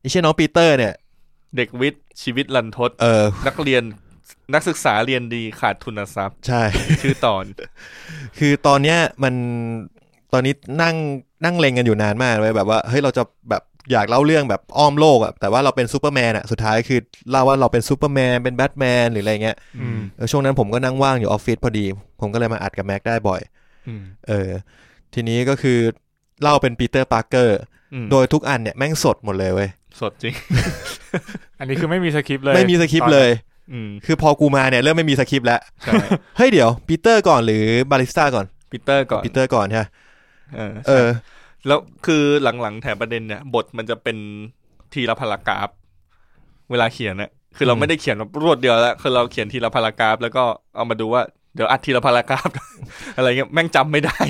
ไอ้เชี่ยน้องปีเตอร์เนี่ย
เด็กวิทย์ชีวิตลันทด
เออ
นักเรียนนักศึกษาเรียนดีขาดทุนทรัพย์
ใช่
ชื่อตอน
คือตอนเนี้ยมันตอนนี้นั่งนั่งเลงกันอยู่นานมากเลยแบบว่าเฮ้ยเราจะแบบอยากเล่าเรื่องแบบอ้อมโลกอะแต่ว่าเราเป็นซูเปอร์แมนอะสุดท้ายคือเล่าว่าเราเป็นซูเปอร์แมนเป็นแบทแมนหรืออะไรเงี้ย
อืม
เออช่วงนั้นผมก็นั่งว่างอยู่ออฟฟิศพอดี ผมก็เลยมาอัดกับแม็กได้บ่อย
อืม
เออ ทีนี้ก็คือเล่าเป็นปีเตอร์ปาร์เกอร์
อืม
โดยทุกอันเนี่ยแม่งสดหมดเลยเว้ย
สดจริง
อันนี้คือไม่มีสคริปต์เลย
ไม่มีสคริปต์เลย
อืม
คือพอกูมาเนี่ยเริ่มไม่มีสคริปต์แล้ว
ใช่
เฮ้ยเดี๋ยวปีเตอร์ก่อนหรือบาริสต้าก่อน
ปีเตอร์ก่อน
ปีเตอร์ก่อนใช่ไหม
เออ
เออ
แล้วคือหลังๆแถมประเด็นเนี่ย บทมันจะเป็นทีละพารากราฟ เวลาเขียนเนี่ยคือเรา
อืม
ไม่ได้เขียนแบบรวดเดียวแล้วคือเราเขียนทีละพารากราฟ แล้วก็เอามาดูว่าเดี๋ยวอัดทีละพารากราฟ อะไรเงี้ยแม่งจำไม่ได้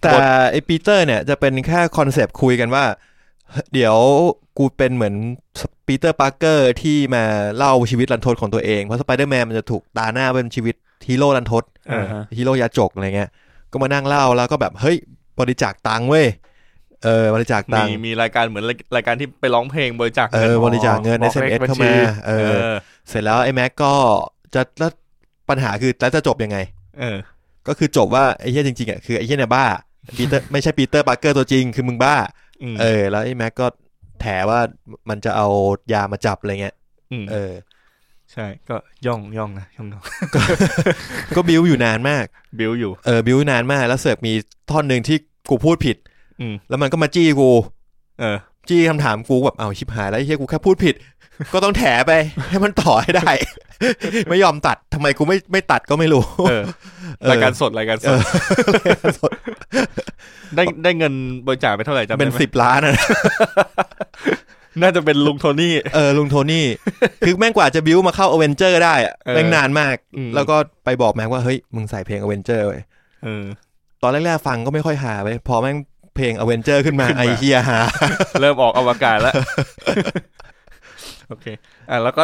แต่
บท
ไอปีเตอร์เนี่ยจะเป็นแค่คอนเซปต์คุยกันว่า เดี๋ยวกูเป็นเหมือนปีเตอร์ปาร์เกอร์ที่มาเล่าชีวิตรันทดของตัวเอง เพราะสไปเดอร์แมนมันจะถูกตาหน้าเป็นชีวิตฮีโร่รันทด
เออ
าฮะ
ฮีโร่ยาจกอะไรเงี้ย ก็มานั่งเล่าแล้วก็แบบ เฮ้ย บริจาคตังค์เว้ย เออ บริจาคตั
มี
งค์
มีรายการเหมือนรายรายการที่ไปร้องเพลงบริจาค
เอ
เงิน
อบริจาคเงินในเซเอสเข้ามาเอ
เอ
อ
อ
เสร็จแล้วไอ้แม็กก็จะแล้วปัญหาคือแล้วจะจบยังไง
เออ
ก็คือจบว่าไอ้เหี้ยจริงๆอ่ะคือไอ้เหี้ยเนี่ยบ้าปีเตอร์ ไม่ใช่ปีเตอร์ปาร์เกอร์ตัวจริงคือมึงบ้า
อืม
เออ แล้วไอ้แม็กก็แถว่ามันจะเอายามาจับอะไรเงี้ย
ม
เออ
ใช่ ก็ย่องย่องนะย่องย่อง
ก็บิวอยู่นานมาก
บิวอยู่
เออบิวนานมากแล้วเสือกมีท่อนหนึ่งที่กูพูดผิด
อืม
แล้วมันก็มาจี้กู
เออ
จี้คำถามกูแบบเอาชิบหายแล้วไอ้เฮียกูแค่พูดผิด ก็ต้องแถไป ให้มันต่อให้ได้ ไม่ยอมตัดทำไมกูไม่ไม่ตัดก็ไม่รู้
เออ
เออ
รายการสดรายการส
เอ
ด
อ
ได้ได้เงินบริจาคไปเท่ าไหร่จำได้
เป็น
ไหม
สิบล้านอะนะ
น่าจะเป็นลุงโทนี่
เออลุงโทนี่ คือแม่งกว่าจะบิวมาเข้าอเวนเจอร์ได้อะ
เออ
แม่งนานมาก
อืม
แล้วก็ไปบอกแม็กว่าเฮ้ยมึงใส่เพลงอเวนเจอร์ไว้ย
เออ
ตอนแรกๆฟังก็ไม่ค่อยหาไปพอแม่งเพลงอเวนเจอร์ขึ้นมา
ขึ้นมา
ไอเฮียหา
เริ่มออกอวกาศแล้ว โอเค อ่ะแล้วก็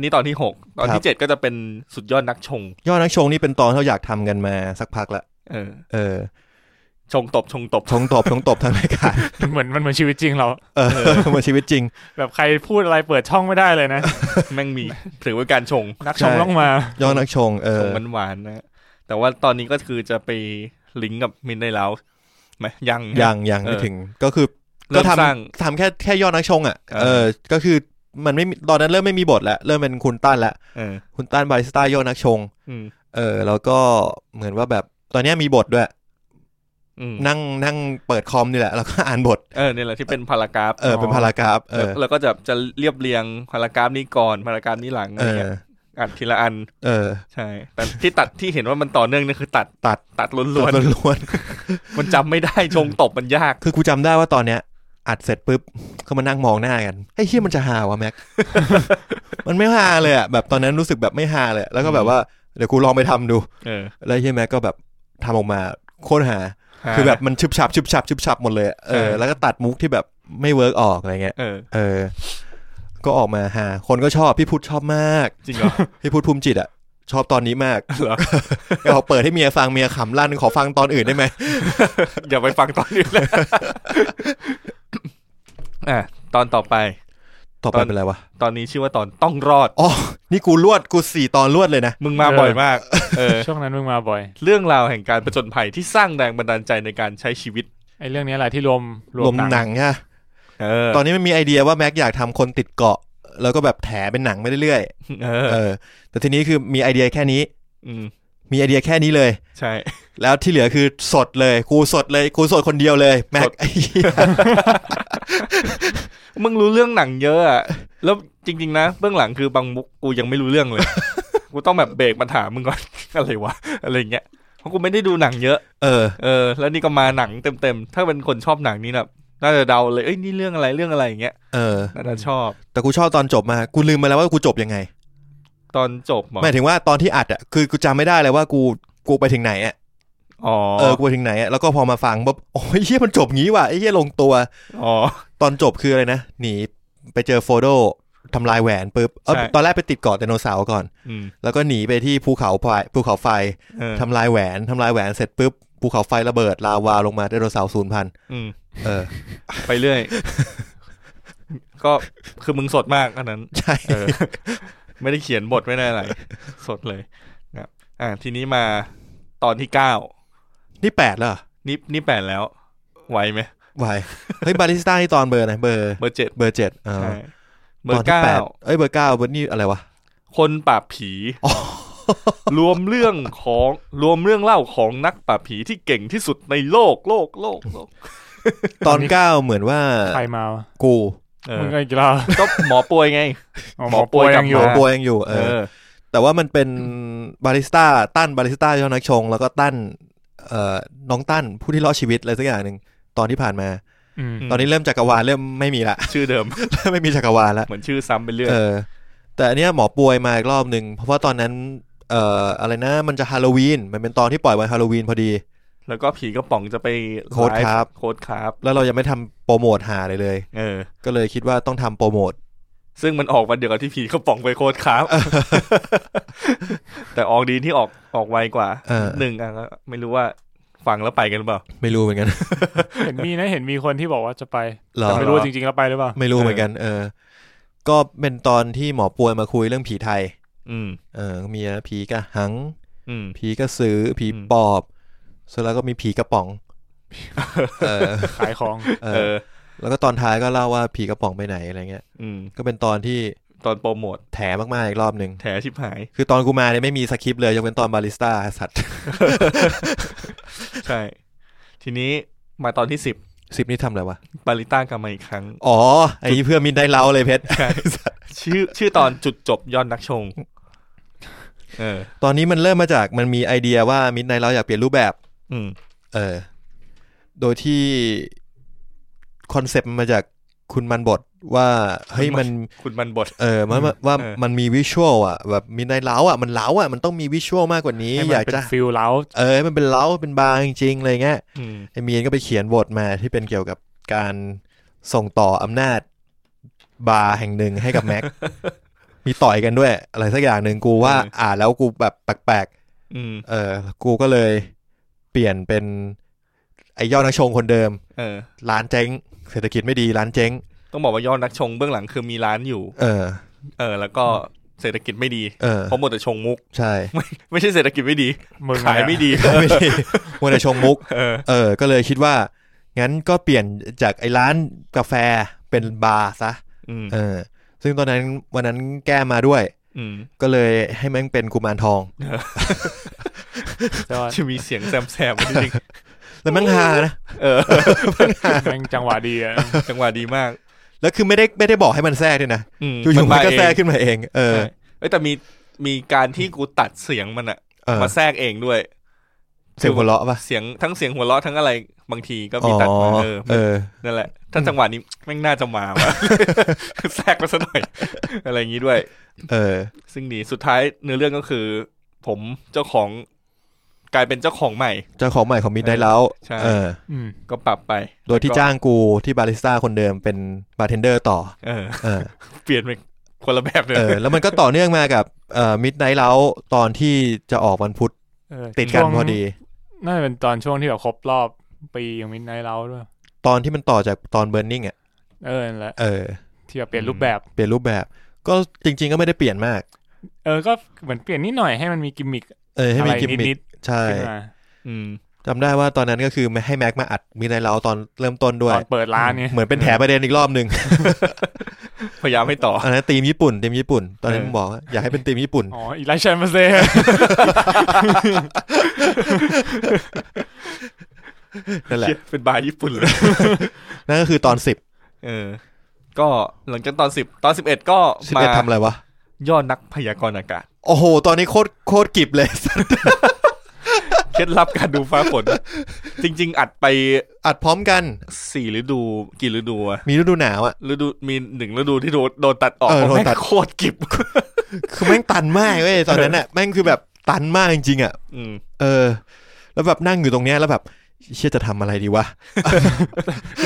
นี่ตอนที่หกตอน
ครั
ที่
บ
เจ็ดก็จะเป็นสุดยอดนักชง
ยอดนักชงนี่เป็นตอนที่เราอยากทำกันมาสักพักละ
เออ
เออ
ชงตบชงต บ
ชงตบชงตบทางรายการ
มันเหมือนมันเหมือนชีวิตจริงเรา
เออมาชีวิตจริง
แบบใครพูดอะไรเปิดช่องไม่ได้เลยนะ
แม่งมีถือว่าการชง
นักชม
ใช่
ต้องมา
ยอดนักชงเอ
ช
อ
งมันหวานๆนะแต่ว่าตอนนี้ก็คือจะไปลิงก์กับมินได้แล้วไหมยัง
ยังยัง
เออ
ไม่ถึงก็คือ
เริ่
ก็
ม
ท
สร้าง
ำทำแค่แค่ยอดนักชงอ่ะ
เออ
เออก็คือมันไม่มีตอนนั้นเริ่มไม่มีบทแล้วเริ่มเป็นคุณต้านละ
เออ
คุณต้านบาริสต้ายอดนักชง
อืม
เออแล้วก็เหมือนว่าแบบตอนเนี้ยมีบทด้วย
อืม
นั่งนั่งเปิดคอมนี่แหละ แล้วก็อ่านบท
เออเนี่ยแหละที่เป็นพารากราฟ
เอออ
อ
เป็นพารากราฟเอ
แล้ว
อ
แล้วก็จะจะเรียบเรียงพารากราฟนี้ก่อนพารากราฟนี้หลังอะ
เอ
ไร
อ
เงี้ยอัดทีละอัน
เออ
ใช่ แต่ที่ตัดที่เห็นว่ามันต่อเนื่องนี่คือตัด
ตัด
ตัดล้วน
ล้วน
ๆ มันจำไม่ได้ชงตบมันยาก
ๆคือกูจำได้ว่าตอนเนี้ยอัดเสร็จปุ๊บก็มานั่งมองหน้ากันไอ้เฮียมันจะหาวะแม็ก มันไม่หาเลยอ่ะแบบตอนนั้นรู้สึกแบบไม่หาเลยแล้วก็แบบว่าเดี๋ยวกูลองไปทำดู
เออ
แล้วเฮียแม็กก็แบบทำออกมาโคตรหา
หา
คือแบบมันชึบฉับชึบฉับชึบฉับหมดเลยอะเออ
ใช่
แล้วก็ตัดมุกที่แบบไม่เวิร์กออกอะไรเงี้ย
เออ
เออ ก็ออกมาหา คนก็ชอบพี่พุทธชอบมาก
จริงเหรอ
พี่พุทธภูมิจิตอ่ะ ชอบตอนนี้มาก
เหรอ
เอาเปิดให้เมียฟังเมียขำลั่นขอฟังตอนอื่นได้ไหม
อย่าไปฟังตอนนี้เลยอ่ะตอนต่อไป
ต่อไปเป็นอะไรวะ
ตอนนี้ชื่อว่าตอนต้องรอด
อ๋อนี่กูรวดกูสี่ตอนรวดเลยนะ
มึงมาบ่อยมาก เออ
ช่วงนั้นมึงมาบ่อย
เรื่องราวแห่งการประจนภัยที่สร้างแรงบันดาลใจในการใช้ชีวิต
ไอ้เรื่องนี้แหละที่รวมร
ร
ว
ว
ม
ม
ห
ห
นั
นั
ง
งฮะ
เออ
ตอนนี้มันมีไอเดียว่าแม็กอยากทำคนติดเกาะ แล้วก็แบบแถเป็นหนังไปเรื่อย
เอ
ๆ
อ
เออ แต่ทีนี้คือมีไอเดียแค่นี้
อืม
มีไอเดียแค่นี้เลย
ใช่
แล้วที่เหลือคือสดเลยกูสดเลยกูสดคนเดียวเลยแม็
ส
ก
ด มึงรู้เรื่องหนังเยอะอะแล้วจริง ๆ นะเบื้องหลังคือบางมุกกูยังไม่รู้เรื่องเลย กูต้องแบบเบรกมาถามมึงก่อน อะไรวะอะไรเงี้ยเพราะกูไม่ได้ดูหนังเยอะ
เออ
เออแล้วนี่ก็มาหนังเต็มๆถ้าเป็นคนชอบหนังนี่นะน่าจะเดาเลยเอ้ยนี่เรื่องอะไรเรื่องอะไรอย่างเงี้ย
เออ
น่าจะชอบ
แต่กูชอบตอนจบมากกูลืมไปแล้วว่ากูจบยังไง
ตอนจบเหรอ
หมายถึงว่าตอนที่อัดอ่ะคือกูจำไม่ได้เลยว่ากูกูไปถึงไหนอ่ะ
อ๋อ
เออกูไปถึงไหนอ่ะแล้วก็พอมาฟังปุ๊บโอ้ยเฮียมันจบงี้ว่ะไอ้เฮียลงตัว
อ๋อ
ตอนจบคืออะไรนะหนีไปเจอโฟโดทำลายแหวนปุ๊บเออ
ใช่
ตอนแรกไปติดเกาะไดโนเสาร์ก่อน
อืม
แล้วก็หนีไปที่ภูเขาไฟภูเขาไฟ
เออ
ทำลายแหวนทำลายแหวนเสร็จปุ๊บภูเขาไฟระเบิดลาวาลงมาไดโนเสาร์ศูนย์พัน
อืม
เออ
ไปเรื่อย ก็คือมึงสดมากอันนั้น
ใช่
เออ ไม่ได้เขียนบทไม่ได้อะไร สดเลยนะครับอ่า ทีนี้มาตอนที่เก้า
นี่แปดแล้วเหรอ
นี่นี่แปดแล้ว ไหวไหม
ไหวเฮ้ยบาริสต้านี่ตอนเบอร์ไหนเบอร์
เบอร์เจ็ด
เบอร์เจ็ดเออ
ใช่เบ
ต
อน ร์
ที่
เก้า
แปดเอ้ยเบอร์เก้าเบอร์นี่อะไรวะ
คนปราบผี รวมเรื่องของรวมเรื่องเล่าของนักปราบผีที่เก่งที่สุดในโลก โลกโลกโลก
ตอนเก้าเหมือนว่า
ใครมาวะ
กู
เอ
มึ
อง
ก็อีกแล้ว
ก็หมอป่วยไง
อ๋อหมอป่วยยังอ
หม
ยู่
อ
มา
ป่วยยังอยู่
เอ
เออ
อ
แต่ว่ามันเป็นบาริสต้าตั้นบาริสต้ายอดนักชง แล้วก็ตั้นเอ่อน้องตั้นผู้ที่รอดชีวิตอะไรสักอย่างหนึ่งตอนที่ผ่านมา
อืม
ม
ตอนนี้เริ่มจักรวาลเริ่มไม่มีละ
ชื่อเดิม
ไม่มีจักรวาลละ
เหมือนชื่อซ้ำไปเรื่อย
เออ แต่อันเนี้ยหมอป่วยมาอีกรอบหนึ่งเพราะว่าตอนนั้น เอ่ออะไรนะมันจะฮาโลวีนมันเป็นตอนที่ปล่อยวันฮาโลวีนพอดี
แล้วก็ผีกระป๋องจะไป
โค้ด
ไลฟ์
ครับ
โค้ดครับ
แล้วเรายังไม่ทำโปรโมทหาเลยเลย
เออ
ก็เลยคิดว่าต้องทำโปรโมท
ซึ่งมันออกวันเดียวกับที่ผีกระป๋องไปโค้ด ครับ แต่ออกดีที่ออกออกไวกว่า
เออ
หนึ่งอ่ะก็ไม่รู้ว่าฟังแล้วไปกันหรือเปล่า
ไม่รู้เหมือนกัน
เห็นมีนะเห็นมีคนที่บอกว่าจะไป
เหรอ
แต่ไม่รู้ว่าจริงๆแล้วไปหรือเปล่า
ไม่รู้เหมือนกัน เออ ก็เป็นตอนที่หมอปวยมาคุยเรื่องผีไทย
อืม
เออ มีผีกระหัง
อืม
ผีกระสือ ผี
อืม
ปอบส่วนแล้วก็มีผีกระป๋อง เออ
ขายของ
เอ
เอ
อ
อ
แล้วก็ตอนท้ายก็เล่าว่าผีกระป๋องไปไหนอะไรเงี้ย
อืม
ก็เป็นตอนที่
ตอนโปรโมท
แถมากๆอีกรอบหนึ่ง
แถชิบหาย
คือตอนกูมาเนี่ยไม่มีสคริปต์เลยยกเป็นตอนบาริสต้าสัตว์
ใช่ ทีนี้มาตอนที่สิบ
สิบนี่ทำอะไรวะ
บาริต้ากลับมาอีกครั้ง
อ๋อ ไอ้เพื่อมินได้เล้าเลยเพชร
ชื่อชื่อตอนจุดจบยอดนักชง เออ
ตอนนี้มันเริ่มมาจากมันมีไอเดียว่ามินไนเราอยากเปลี่ยนรูปแบบ
อืม
เออ โดยที่คอนเซปต์มันมาจากคุณมันบทว่า เฮ้ยมัน
คุณมันบท
เออมันว่าว่า
เออ
มันมีวิชวลอ่ะ แบบมินไนเล้าอ่ะ มันเล้าอ่ะ มันต้องมีวิชวลมากกว่านี้
ให้
อ
มัน
ยาก
เป็น
จะ
ฟิลเล้า
เออให้มันเป็นเล้าเป็นบาร์จริงๆอะไรเงี้ย
อืม
ไอเมียนก็ไปเขียนบทมาที่เป็นเกี่ยวกับการส่งต่ออำนาจบาร์แห่งหนึ่งให้กับแม็ก มีต่อยกันด้วย อะไรสักอย่างหนึ่งกูว่า
เอออ่
อ่านแล้วกูแบบแปลก
อืม
ๆเออ กูก็เลยเปลี่ยนเป็นไอยอดนักชงคนเดิม
เออ
ร้านเจ๊ง เศรษฐกิจไม่ดีร้านเจ๊ง
ต้องบอกว่ายอดนักชงเบื้องหลังคือมีร้านอยู่
เออ
เออ แล้วก็เศรษฐกิจไม่ดี
เออ
เพราะหมดแต่ชงมุก
ใช่
ไม่ใช่เศรษฐกิจไม่ดี
มึง
ขายไม่ดี
ไม่ดี มัวแต่ชงมุก
เออ
เออ ก็เลยคิดว่า งั้นก็เปลี่ยนจากไอร้านกาแฟเป็นบาร์ซะ
อืม
เออ ซึ่งตอนนั้นวันนั้นแก้มาด้วย
อืม
ก็เลยให้แม่งเป็นกุมารทอง
แต่ว่า
จะมีเสียงแซมแซมจริง
แล้วแม่งฮานะ
ๆเอ อ
แม่งจังหวะดีอะ
จังหวะดีมาก
แล้วคือไม่ได้ไม่ได้บอกให้มันแทรกด้วยนะ
อืม
อยู่ๆมันก็
เอง
แทรกขึ้นมาเอง เออ
ใช่เอ้ยแต่มีมีการที่กูตัดเสียงมันอะ
เออ
มาแทรกเองด้วย
เสียงหัวเราะปะ
เสียงทั้งเสียงหัวเราะทั้งอะไรบางทีก็มีตัดมาเออ
เออ
นั่นแหละ ถ้าจังหวะนี้แม่งน่าจะมาวะ แทรกมาซะหน่อย อะไรอย่างนี้ด้วย
เออ
ซึ่งดีสุดท้ายเนื้อเรื่องก็คือ ผมเจ้าของกลายเป็นเจ้าของใหม่
เจ้าของใหม่ของมิดไนท์แล้ว
ใช่
เออ
อืม
ก็ปรับไป
โดยที่จ้างกูที่บาริสต้าคนเดิมเป็นบาร์เทนเดอร์ต่อ
เออ
เออ
เปลี่ยนไปคนละแบบเลย
เออ แล้วมันก็ต่อเนื่องมากับเอ่อมิดไนท์แล้วตอนที่จะออกวันพุธ
เออ
ติดกัน
ช่วง
พอดี
น่าจะเป็นตอนช่วงที่แบบครบรอบปีของมินไนเล้าด้วย
ตอนที่มันต่อจากตอนเบิร์นนิ่งอ่ะ
เออนั่นแหละ
เออ
ที่แบบเปลี่ยนรูปแบบ
เปลี่ยนรูปแบบ ก็จริง ๆ ก็ไม่ได้เปลี่ยนมาก
เออ ก็เหมือนเปลี่ยนนิดหน่อยให้มันมีกิมมิค
เออ ให้
อะไร
มีกิมมิ
นิ
ค
ด
ใช่
ๆขึ้นมา
อืม
จำได้ว่าตอนนั้นก็คือให้แม็กมาอัดมีในเราตอนเริ่มต้นด้ว
ต
ย
อนเปิดร้านเนี่ย
เหมือนเป็นแถประเด็นอีกรอบหนึ่ง
พยายามให้ต่อ
อันนั้นตีมญี่ปุ่นตีมญี่ปุ่น ตอนนั้น
เออ
มึงบอกว่าอยากให้เป็นตีมญี่ปุ่น
อ๋ออีไลชันมาเซ่
นั่นแหละ
เชี่ยเป็นบาร์ญี่ปุ่นเลย
นั่นก็คือตอนสิบ
เออ ก็หลังจากตอนสิบตอนสิบเอ็ดก็
สิบ
มา
เอ็ดทำอะไรวะ
ยอดนักพยากรณ์อากาศ
โอ้โห ตอนนี้โคตรโคตรกิบเลย
เคล็ดลับการดูฟ้าฝน จริง ๆ อัดไป
อัดพร้อมกัน
สี่ฤดูกี่ฤดูอะ
มีฤดูหนาวอ่ะ
ฤดูมีหนึ่งฤดูที่โดนโดนตัดออก
เออ
เพราะ
โดน
แม่ง
ตัด
โคตรกิบ
คือแม่งตันมากเว้ย ตอนนั้นอ่ะ แม่งคือแบบตันมากจริงๆอ่ะ
อืม
เออ แล้วแบบนั่งอยู่ตรงเนี้ยแล้วแบบเชื่อจะทำอะไรดีวะ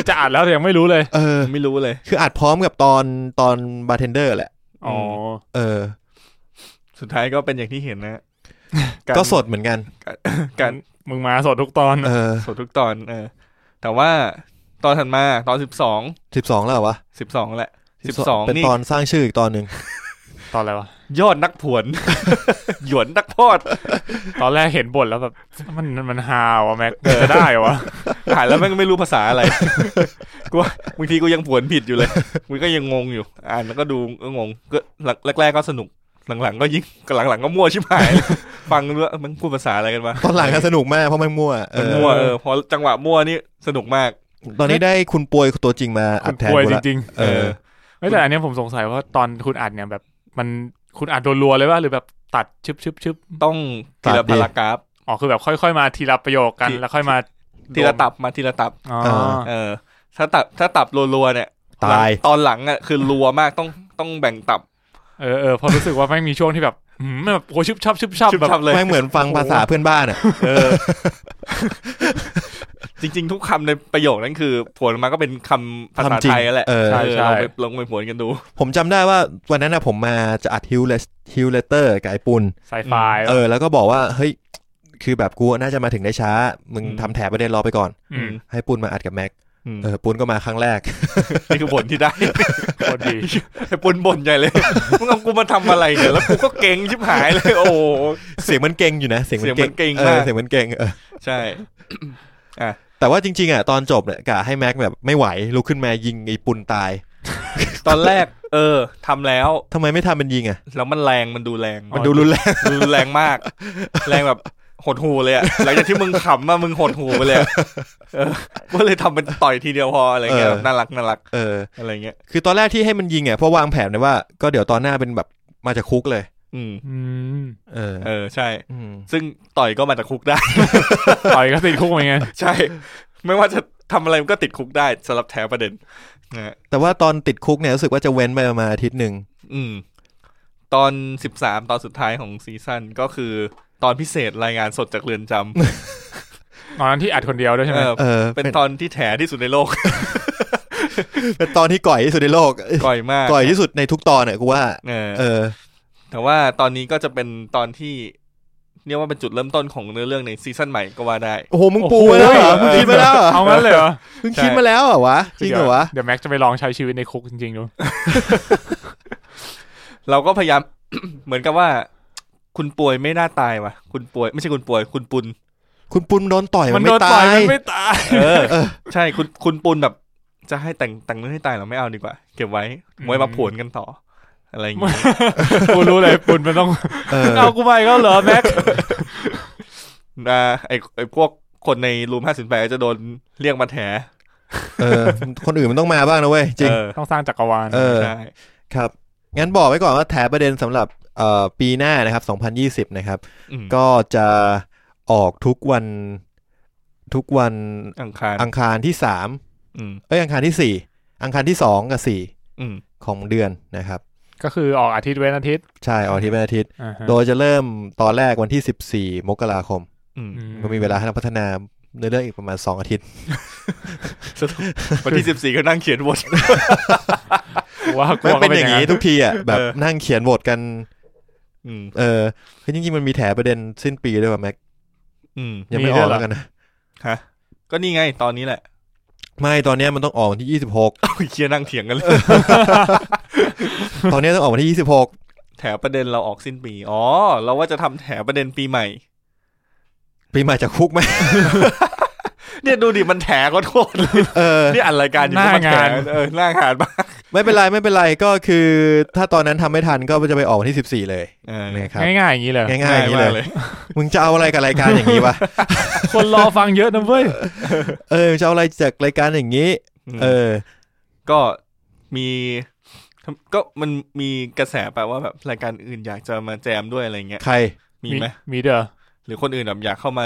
จะอ่านแล้วแต่ยังไม่รู้เลย
เออ
ไม่รู้เลย
คืออัดพร้อมกับตอนตอนบาร์เทนเดอร์แหละ
อ๋อ
เออ
สุดท้ายก็เป็นอย่างที่เห็น นะาร
ก็สดเหมือนกัน
การ
มึงมาสดทุกตอน
เออ
สดทุกตอน เออ แต่ว่าตอนถัดมาตอนสิบสอง
สิบสองแล้วเหรอวะ
สิบสองแหละ สิบสอง
เป็น
นี่
ตอนสร้างชื่ออีกตอนหนึ่ง
ตอนอะไรวะ
ยอดนักผวน หยวนนักพอด
ตอนแรกเห็นบทแล้วแบบ มันมันฮาวะแม็กจะได้วะ
อ่านแล้วแม่งไม่รู้ภาษาอะไร กูว่าบางทีกูยังผวนผิดอยู่เลยมึงก็ยังงงอยู่ อ่านแล้วก็ดูก็งงก็หลังแรกๆก็สนุก หลังๆก็ยิ่งหลังๆก็มั่วชิบ หาย ฟังเรื่องมันพูดภาษาอะไรกันวะ
ตอนหลังอะสนุกมากเพราะมันมั่วเอ
มัน
อ
มั่วเออพอจังหวะมั่วนี่สนุกมาก
ตอนนี้ได้คุณป่วยตัวจริงมาอั
คุ
ด
ณ
แทน
ป่วย
กู
จ
ละ
ริง
เออ
ๆเฮ้ยแต่อันเนี้ยผมสงสัยว่าตอนคุณอัดเนี่ยแบบ มันคุณอัดรัวๆเลยว่าหรือแบบตัดชึบชึบชึบ
ต้องที
ตั
ละ
ดดิ
พารากราฟ
อ๋อคือแบบค่อยๆมาทีละประโยคกัน
ที
แล้วค่อยมา
ทีละตับมาทีละตับ
อ๋อ
เออ ถ้าตับถ้าตับรัวๆเนี่ย
ตาย
ตอนหลังอ่ะคือรัวมากต้องต้องแบ่งตับ
เออเออเพอรู้สึกว่าแม่งมีช่วงที่แบบ อืมแบบโอ้ชึบชับชึบชับ
ชุบ
แบบ
ชับเลย
ไม่เหมือนฟังภาษาเพื่อนบ้านอ่ะ
เออ จริง ๆ ทุกคำในประโยคนั้นคือผวนออกมาก็เป็นคำภาษา
คำจริง
ไทยนั่นแหละ
เออ
เออ
ใช่
ลองไปลองไปผวนกันดู
ผมจำได้ว่าวันนั้นนะผมมาจะอัดฮิวเลสฮิวเลเตอร์กับไอปุน
ไซไฟ
เออแล้วก็บอกว่าเฮ้ยคือแบบกูน่าจะมาถึงได้ช้า มึง
อืม
ทำแถบประเด็นรอไปก่อน
อืม
ให้ปุนมาอัดกับแม็ก
อืม
เออปุนก็มาครั้งแร ก
นี่คือบ่นที่ได้
โคตรดี
ไอ้ปนบ่นใหญ่เลย มึงเอากูมาทำอะไรเนี่ย แล้วกูก็เก่งชิบหายเลย โอ้โห
เสียงมันเก่งอยู่นะ เสียงมัน
เสียง
เก่ง
มัน
เอ
เก่งมาก
อเสียงมันเก่งเออ
ใช่
แต่ว่าจริงๆอ่ะตอนจบเนี่ยกะให้แม็กแบบไม่ไหวลุกขึ้นมายิงไอปุนตาย
ตอนแรก เออทำแล้ว
ทำไมไม่ทำเป็นยิงอ่ะ
แล้วมันแรงมันดูแรง
มันดูรุนแรง
รุนแรงมาก แรงแบบหดหูเลยอะหลังจากที่มึงขำมามึงหดหูไปเลยอะเออก็เลยทำเป็นต่อยทีเดียวพออะไรเงี้ยแบบน่ารักน่ารัก
เออ
อะไรเงี้ย
คือตอนแรกที่ให้มันยิงอ่ะเพราะวางแผนไว้ว่าก็เดี๋ยวตอนหน้าเป็นแบบมาจากคุกเลย
อืม
อืม
เออ
เออใช่
ม
ซึ่งต่อยก็มาจากคุกได้
ต่อยก็ติดคุกเหมือนกัน
ใช่ ไม่ว่าจะทำอะไรมันก็ติดคุกได้สำหรับแถวประเด็นนะฮะ
แต่ว่าตอนติดคุกเนี่ยรู้สึกว่าจะเว้นไปประมาณอาทิตย์หนึ่ง
อืม ตอนสิบสามตอนสุดท้ายของซีซั่นก็คือตอนพิเศษรายงานสดจากเรือนจำ
ตอนนั้นที่อัดคนเดียวด้วยใช่ไหม
เออ
เออเป็
เป็น นตอนที่แถที่สุดในโลก
เป็นตอนที่ก่อยที่สุดในโลก
ก่อยมาก
ก่อยที่สุดในทุกตอนเนี่ยกูว่า
เออ
เออ
แต่ว่าตอนนี้ก็จะเป็นตอนที่เรียกว่าเป็นจุดเริ่มต้นของเนื้อเรื่องในซีซั่นใหม่ก็ว่าได้
โอ้โหมึงปูไว้แล้วเหรอมึงคิดมาแล้วเหรอ
เอางั้นเลยเหรอ
มึงคิดมาแล้วเหรอวะจริงเหรอวะ
เดี๋ยวแม็กซ์จะไปลองใช้ชีวิตในคุกจริงๆดู
เราก็พยายาม เหมือนกับว่า คุณป่วยไม่น่าตายว่ะ คุณป่วยไม่ใช่คุณป่วย คุณปุน
คุณปุณโดนต่อย
มั
มัน น
โด
ไม่
นต่อ
ตายย
มันไม่ตาย
เออ ใช่คุณคุณปุนแบบ จะให้แต่งแต่งเรื่องให้ตายเหราไม่เอาดีกว่า เก็บไว้ไว้มาผวนกันต่อ อะไรอย่างเงี้ย
กูรู้เลยปุ่นมันต้อง
เออ
เอากูไปก็เหรอแม็กซ์
นะไอไอพวกคนในรูมห้าสิบแปดจะโดนเรียกมาแถ
เออ คนอื่นมันต้องมาบ้างนะเว้ยจริง
เออ
ต้องสร้างจักรวาล
เออ
ใช่
ครับ งั้นบอกไว้ก่อนว่าแถประเด็นสำหรับเอ่อปีหน้านะครับ 2020 นะครับ
อืม
ก็จะออกทุกวันทุกวัน
อังคาร
อังคารที่สาม
อืม
เอ้ยอังคารที่สี่อังคารที่สองกับสี่
อืม
ของเดือนนะครับ
ก็คือออกอาทิตย์เว้นอาทิตย์
ใช่ออกอาที่เป็นอาทิตย์
อ่าฮะ
โดยจะเริ่มตอนแรกวันที่ 14 มกราคม
อืม
อื
ก็มีเวลาให้เราพัฒนาในเรื่องอีกประมาณ 2 อาทิตย์
วันที่สิบสี่ก็นั่งเขียน บท
ว่ากู
มัน
ว่า
เป็นอย่างนี้
นี้
ทุกทีอ่ะ แบบ
เออ
นั่งเขียนบทกัน
อืม
เออคือจริงๆมันมีแถประเด็นสิ้นปีด้วยป่ะแม็ก
อืม
ยังไม่ออกแล้วกันนะ
ก็นี่ไงตอนนี้แหละ
ไม่ตอนเนี้ยมันต้องออกวันที่
เอาไอ้เคียนั่งเถียงกันเลย
26 ตอนเนี้ยต้องออกวันที่ 26
แถประเด็นเราออกสิ้นปี อ๋อ เราว่าจะทำแถประเด็นปีใหม่
ปีใหม่จากคุกไหม
เนี่ยดูดิมันแถก็โทษเลย
เออ
นี่อันรายการอยู่ก็มแถเออหน้างานบ้าง
ไม่เป็นไรไม่เป็นไรก็คือ ถ้าตอนนั้นทำไม่ทันก็จะไปออกวันที่ 14 เลย
เออ
นะครับ
ง่ายๆอย่างนี้เลย
ง่ายๆอย่างนี้
มก
เลย มึงจะเอาอะไรกับรายการอย่างนี้วะ
คนรอฟังเยอะนะเว้ย
เออมึงจะเอาอะไรจากรายการอย่างนี้
เอ
เอ
อ
อ
ก็มีก็มันมีกระแสแปลว่าแบบรายการอื่นอยากจะมาแจมด้วยอะไรเงี้ย
ใคร
มีไหม
มีเด้อ
หรือคนอื่นแบบอยากเข้ามา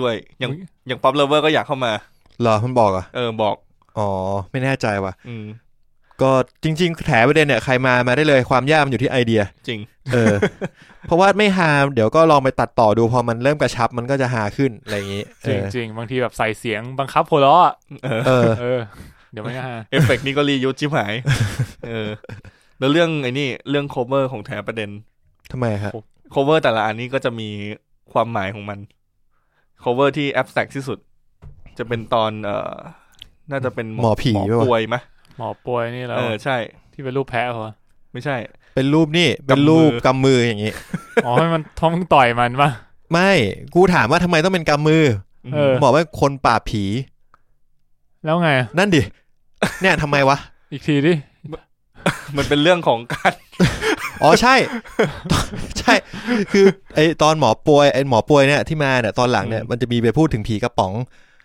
ด้วยอย่าง
อุ๊ย
อย่างป๊อปเลเวอร์ก็อยากเข้ามา
เหรอมันบอกเหรอ่ะ
เออบอก
อ๋อ ไม่แน่ใจว่ะ
อืม
ก็จริง ๆ แถประเด็นเนี่ยใครมามาได้เลยความยากมันอยู่ที่ไอเดีย
จริง
เออ เพราะว่าไม่ฮาเดี๋ยวก็ลองไปตัดต่อดูพอมันเริ่มกระชับมันก็จะฮาขึ้นอะไรอย่างนี้ เอ
จริง
อ
จริงบางทีแบบใส่เสียงบังคับหัวเราะอะ
เออ
เออ
เออ เดี๋ยวไม่ฮา
เอฟเฟกต์นี่ก็รียูจิบ หายเออ แล้วเรื่องไอ้นี่เรื่องโคเวอร์ของแถประเด็น
ทำไมครับ
โคเวอร์แต่ละอันนี้ก็จะมีความหมายของมันโคเวอร์ที่แอบสแต็กที่สุด จะเป็นตอนเอ่อ น่าจะเป็น
หมอผี
หมอ
ปะวะ
ป่วยมะ
หมอป่วยนี่แล้ว
เออใช่
ที่เป็นรูปแพ้เหรอ
ไม่ใช่
เป็นรูปนี่เป็นรูปกำมืออย่างนี้
อ๋อให้มันท้องมึงต่อยมันปะ
ไม่ กูถามว่าทำไมต้องเป็นกำมือ
เออ
บอกว่าคนป่าบผี
แล้วไง
นั่นดิ เนี่ยทำไมวะ
อีกทีดิ
มันเป็นเรื่องของการ
อ๋อใช่ ใช่ คือไอตอนหมอป่วยไอหมอป่วยเนี่ยที่มาเนี่ยตอนหลังเนี่ย
อืม
มันจะมีไปพูดถึงผีกระป๋อง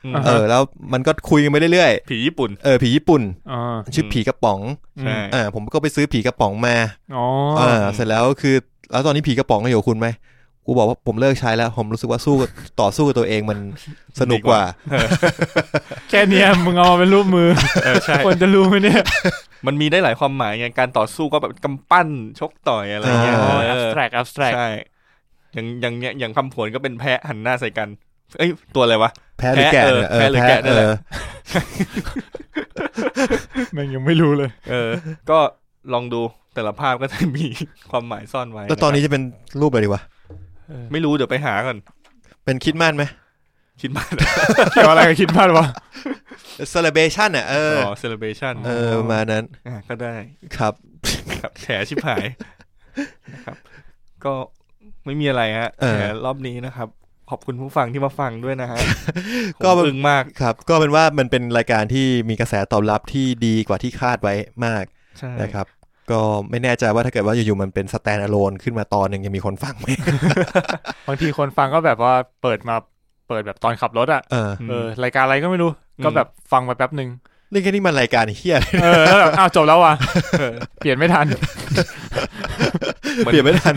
อืม
เออ แล้วมันก็คุยกันไปเรื่อย
ผีญี่ปุ่น
ๆ เออผีญี่ปุ่น
อ่า
ชื่อผีกระป๋อง
ใช่
อ่าผมก็ไปซื้อผีกระป๋องมา
อ๋อ
เออเสร็จแล้วคือ แล้วตอนนี้ผีกระป๋องก็อยู่กับคุณไหม กูบอกว่าผมเลิกใช้แล้ว ผมรู้สึกว่าสู้กับต่อสู้กับตัวเองมันสนุกกว่า
แค่เนี้ยมึงเอามาเป็นรูปมือ
เออใช่
คนจะรู้ไหมเนี่ย
มันมีได้หลายความหมายไงการต่อสู้ก็แบบกำปั้นชกต่อยอะไรเงี้ย
อ๋อ
เอ
แอ
อ
s t r a c t abstract
ใช่อย่างอย่างเนี้ยอย่างคำผวนก็เป็นแพะหันหน้าใส่กัน เอ้ย ตัวอะไรวะ
แพ้หรือแกะเนี่ย
แพ้เออแพ้หรือแกะนั่นแหละ
เออ
แม่งยังไม่รู้เลย
เออ ก็ลองดูแต่ละภาพก็จะมี ความหมายซ่อนไว้
แล้วตอนนี้จะเป็นรูปอะไรดีวะ
ไม่รู้เดี๋ยวไปหาก่อน
เป็นคิดมั่นไหม
คิดมาก
เกี่ยวอะไรกับคิดบ้านวะ
celebration อ่ะเออ
อ๋อเซเลบรชัน
เออประมาณนั้น
ก็ได้
ครับ
ครับแฉชิบหายนะครับ ก็ไม่มีอะไรฮะ
เออ
แฉรอบนี้นะครับ ขอบคุณผู้ฟังที่มาฟังด้วยนะฮะ
ก็
ผมอึ้งมาก
ครับ ก็เป็นว่ามันเป็นรายการที่มีกระแสตอบรับที่ดีกว่าที่คาดไว้มาก
ใช่
นะครับ ก็ไม่แน่ใจว่าถ้าเกิดว่าอยู่ๆมันเป็น stand alone ขึ้นมาตอนหนึ่งยังมีคนฟัง ไหม
บางทีคนฟังก็แบบว่าเปิดมาเปิดแบบตอนขับรถอ่ะ
เออ
ม
เออรายการอะไรก็ไม่รู้ ก็แบบฟังไปแป๊บหนึ่ง
นี่แค่นี้มันรายการเฮียเลย
เออแล้วแบบอ้าวจบแล้วว่ะ
เออ
เปลี่ยนไม่ทัน
เหมือน
เปลี่ยนไม่ทั น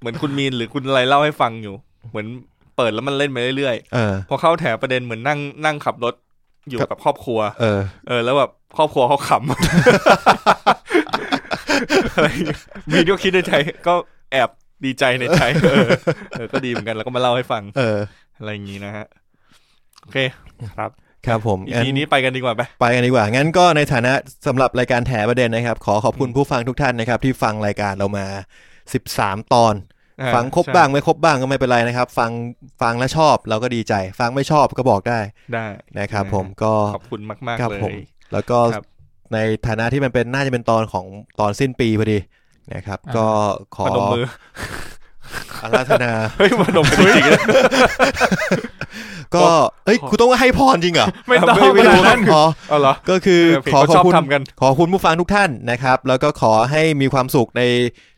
เหมือนคุณมีนหรือคุณอะไรเล่าให้ฟังอยู่ เหมือนเปิดแล้วมันเล่นไปเรื่อย
เออ
ๆพอเข้าแถวประเด็นเหมือนนั่งนั่งขับรถอยู่
ครับ
กับครอบครัว
เออ
เออแล้วแบบครอบครัวเขาขำ อะไรอย่างเงี้ยมีนก็คิดในใจก็แอบดีใจในใจเออเออ ก็ดีเหมือนกันแล้วก็มาเล่าให้ฟัง
เออ
อะไรอย่างนี้นะฮะ โอเค
ครับผม
อี
งั้น
พีนี้ไปกันดีกว่าไป
ไปกันดีกว่า งั้นก็ในฐานะสำหรับรายการแถประเด็นนะครับ ขอขอบคุณผู้ฟังทุกท่านนะครับ ที่ฟังรายการเรามา 13 ตอน
อ่า
ฟังครบ
ใช่
บ้างไม่ครบบ้างก็ไม่เป็นไรนะครับ ฟังฟังแล้วชอบเราก็ดีใจ ฟังไม่ชอบก็บอกได้
ได้
นะครับ
อ่า
ผมก็
ขอบคุณมาก
ครั
ๆ เล
ผม
ย
แล้วก็
ครับ
ในฐานะที่มันเป็นน่าจะเป็นตอนของตอนสิ้นปีพอดีนะครับ
อ่า
ก็ขอ
พนมมือ
อาราธ นา
เฮ้ยพนมมือจริงๆนะ
ก็เอ้ยคุณต้องให้พรจริงเหรอ
ไม่ต้อง
ไม่ไม่
ข
รู้
นาดนั้น
ขอ
เอาเหรอ
ก็คือ
เออโอเค
ขอข
เขา
อบ
ชอบ
คุณ
ทำกัน
ขอบคุณผู้ฟังทุกท่านนะครับ แล้วก็ขอให้มีความสุขใน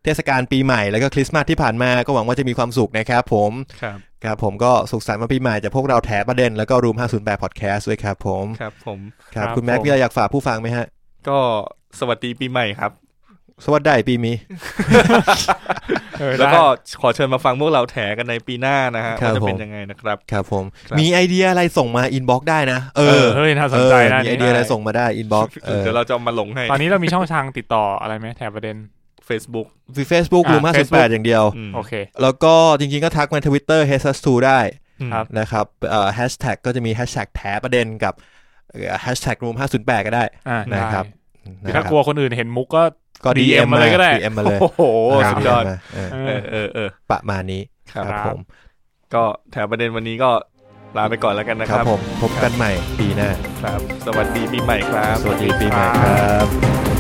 เทศกาลปีใหม่แล้วก็คริสต์มาสที่ผ่านมาก็หวังว่าจะมีความสุขนะครับผม
ครับ
ครับผมก็สุขสันต์วันปีใหม่จากพวกเราแถประเด็นแล้วก็รูม508 podcast ด้วยครับผม
ครับ ผม
ครับ
ครับ
คุณแม็ก
ผม
มีอะไรอยากฝากผู้ฟังไหมฮะ
ก็สวัสดีปีใหม่ครับ
สวัสดีปีมี
เออ
แล้ว
ได้
ก็ขอเชิญมาฟังพวกเราแถกันในปีหน้านะฮะ
ครับ
ว่าจะเป็น
ผม
ยังไงนะครับ
ครับผม
ครับ
มีไอเดียอะไรส่งมาอินบ็อกได้นะ เอ
เอ
อ
อเฮ้ยน่าสนใจนะ
เออมีไอเดียอะไรส่งมาได้อินบ็อกเออ
เดี๋ยวเราจะเอามาลงให้
ตอนนี้เรามีช่องทางติดต่ออะไรไหมแถบประเด็น
Facebook
ฟีเฟซบุ๊กรูม
อ่ะ Facebook
508 อย่างเดียว
อืม
โอเค
แล้วก็จริงๆก็ทักมาทวิตเตอร์ h e s u s 2ได้
ครับ
นะครับเอ่อแฮชแท็กก็จะมีแฮชแท็กแถประเด็นกับแฮชแท็กรวม508 ก็ได้
อ่าได้
นะครับ
หรือถ้ากลัวคนอื่นเห็นมุกก็
ก็
DM
DM
มา
มา
เล
เลย ย
ก็
ก็
ได้
ได้ DM มาเลย
โอ้โห
ค
สุด
รับ DM
ยอด
มาเออ
เออ
เออ
เออเออ
ประมาณนี้
ค
ค
รั
รั
บบ
ครับ
ผม
ก็แถวประเด็นวันนี้ก็ลาไปก่อนแล้วกันนะ
ค
ค
รั
รั
บบผมพบกันใหม่ปีหน้า
ครับ สวัสดีปีใหม่ครับ
สวัสดีปีใหม่ครับ
ครับ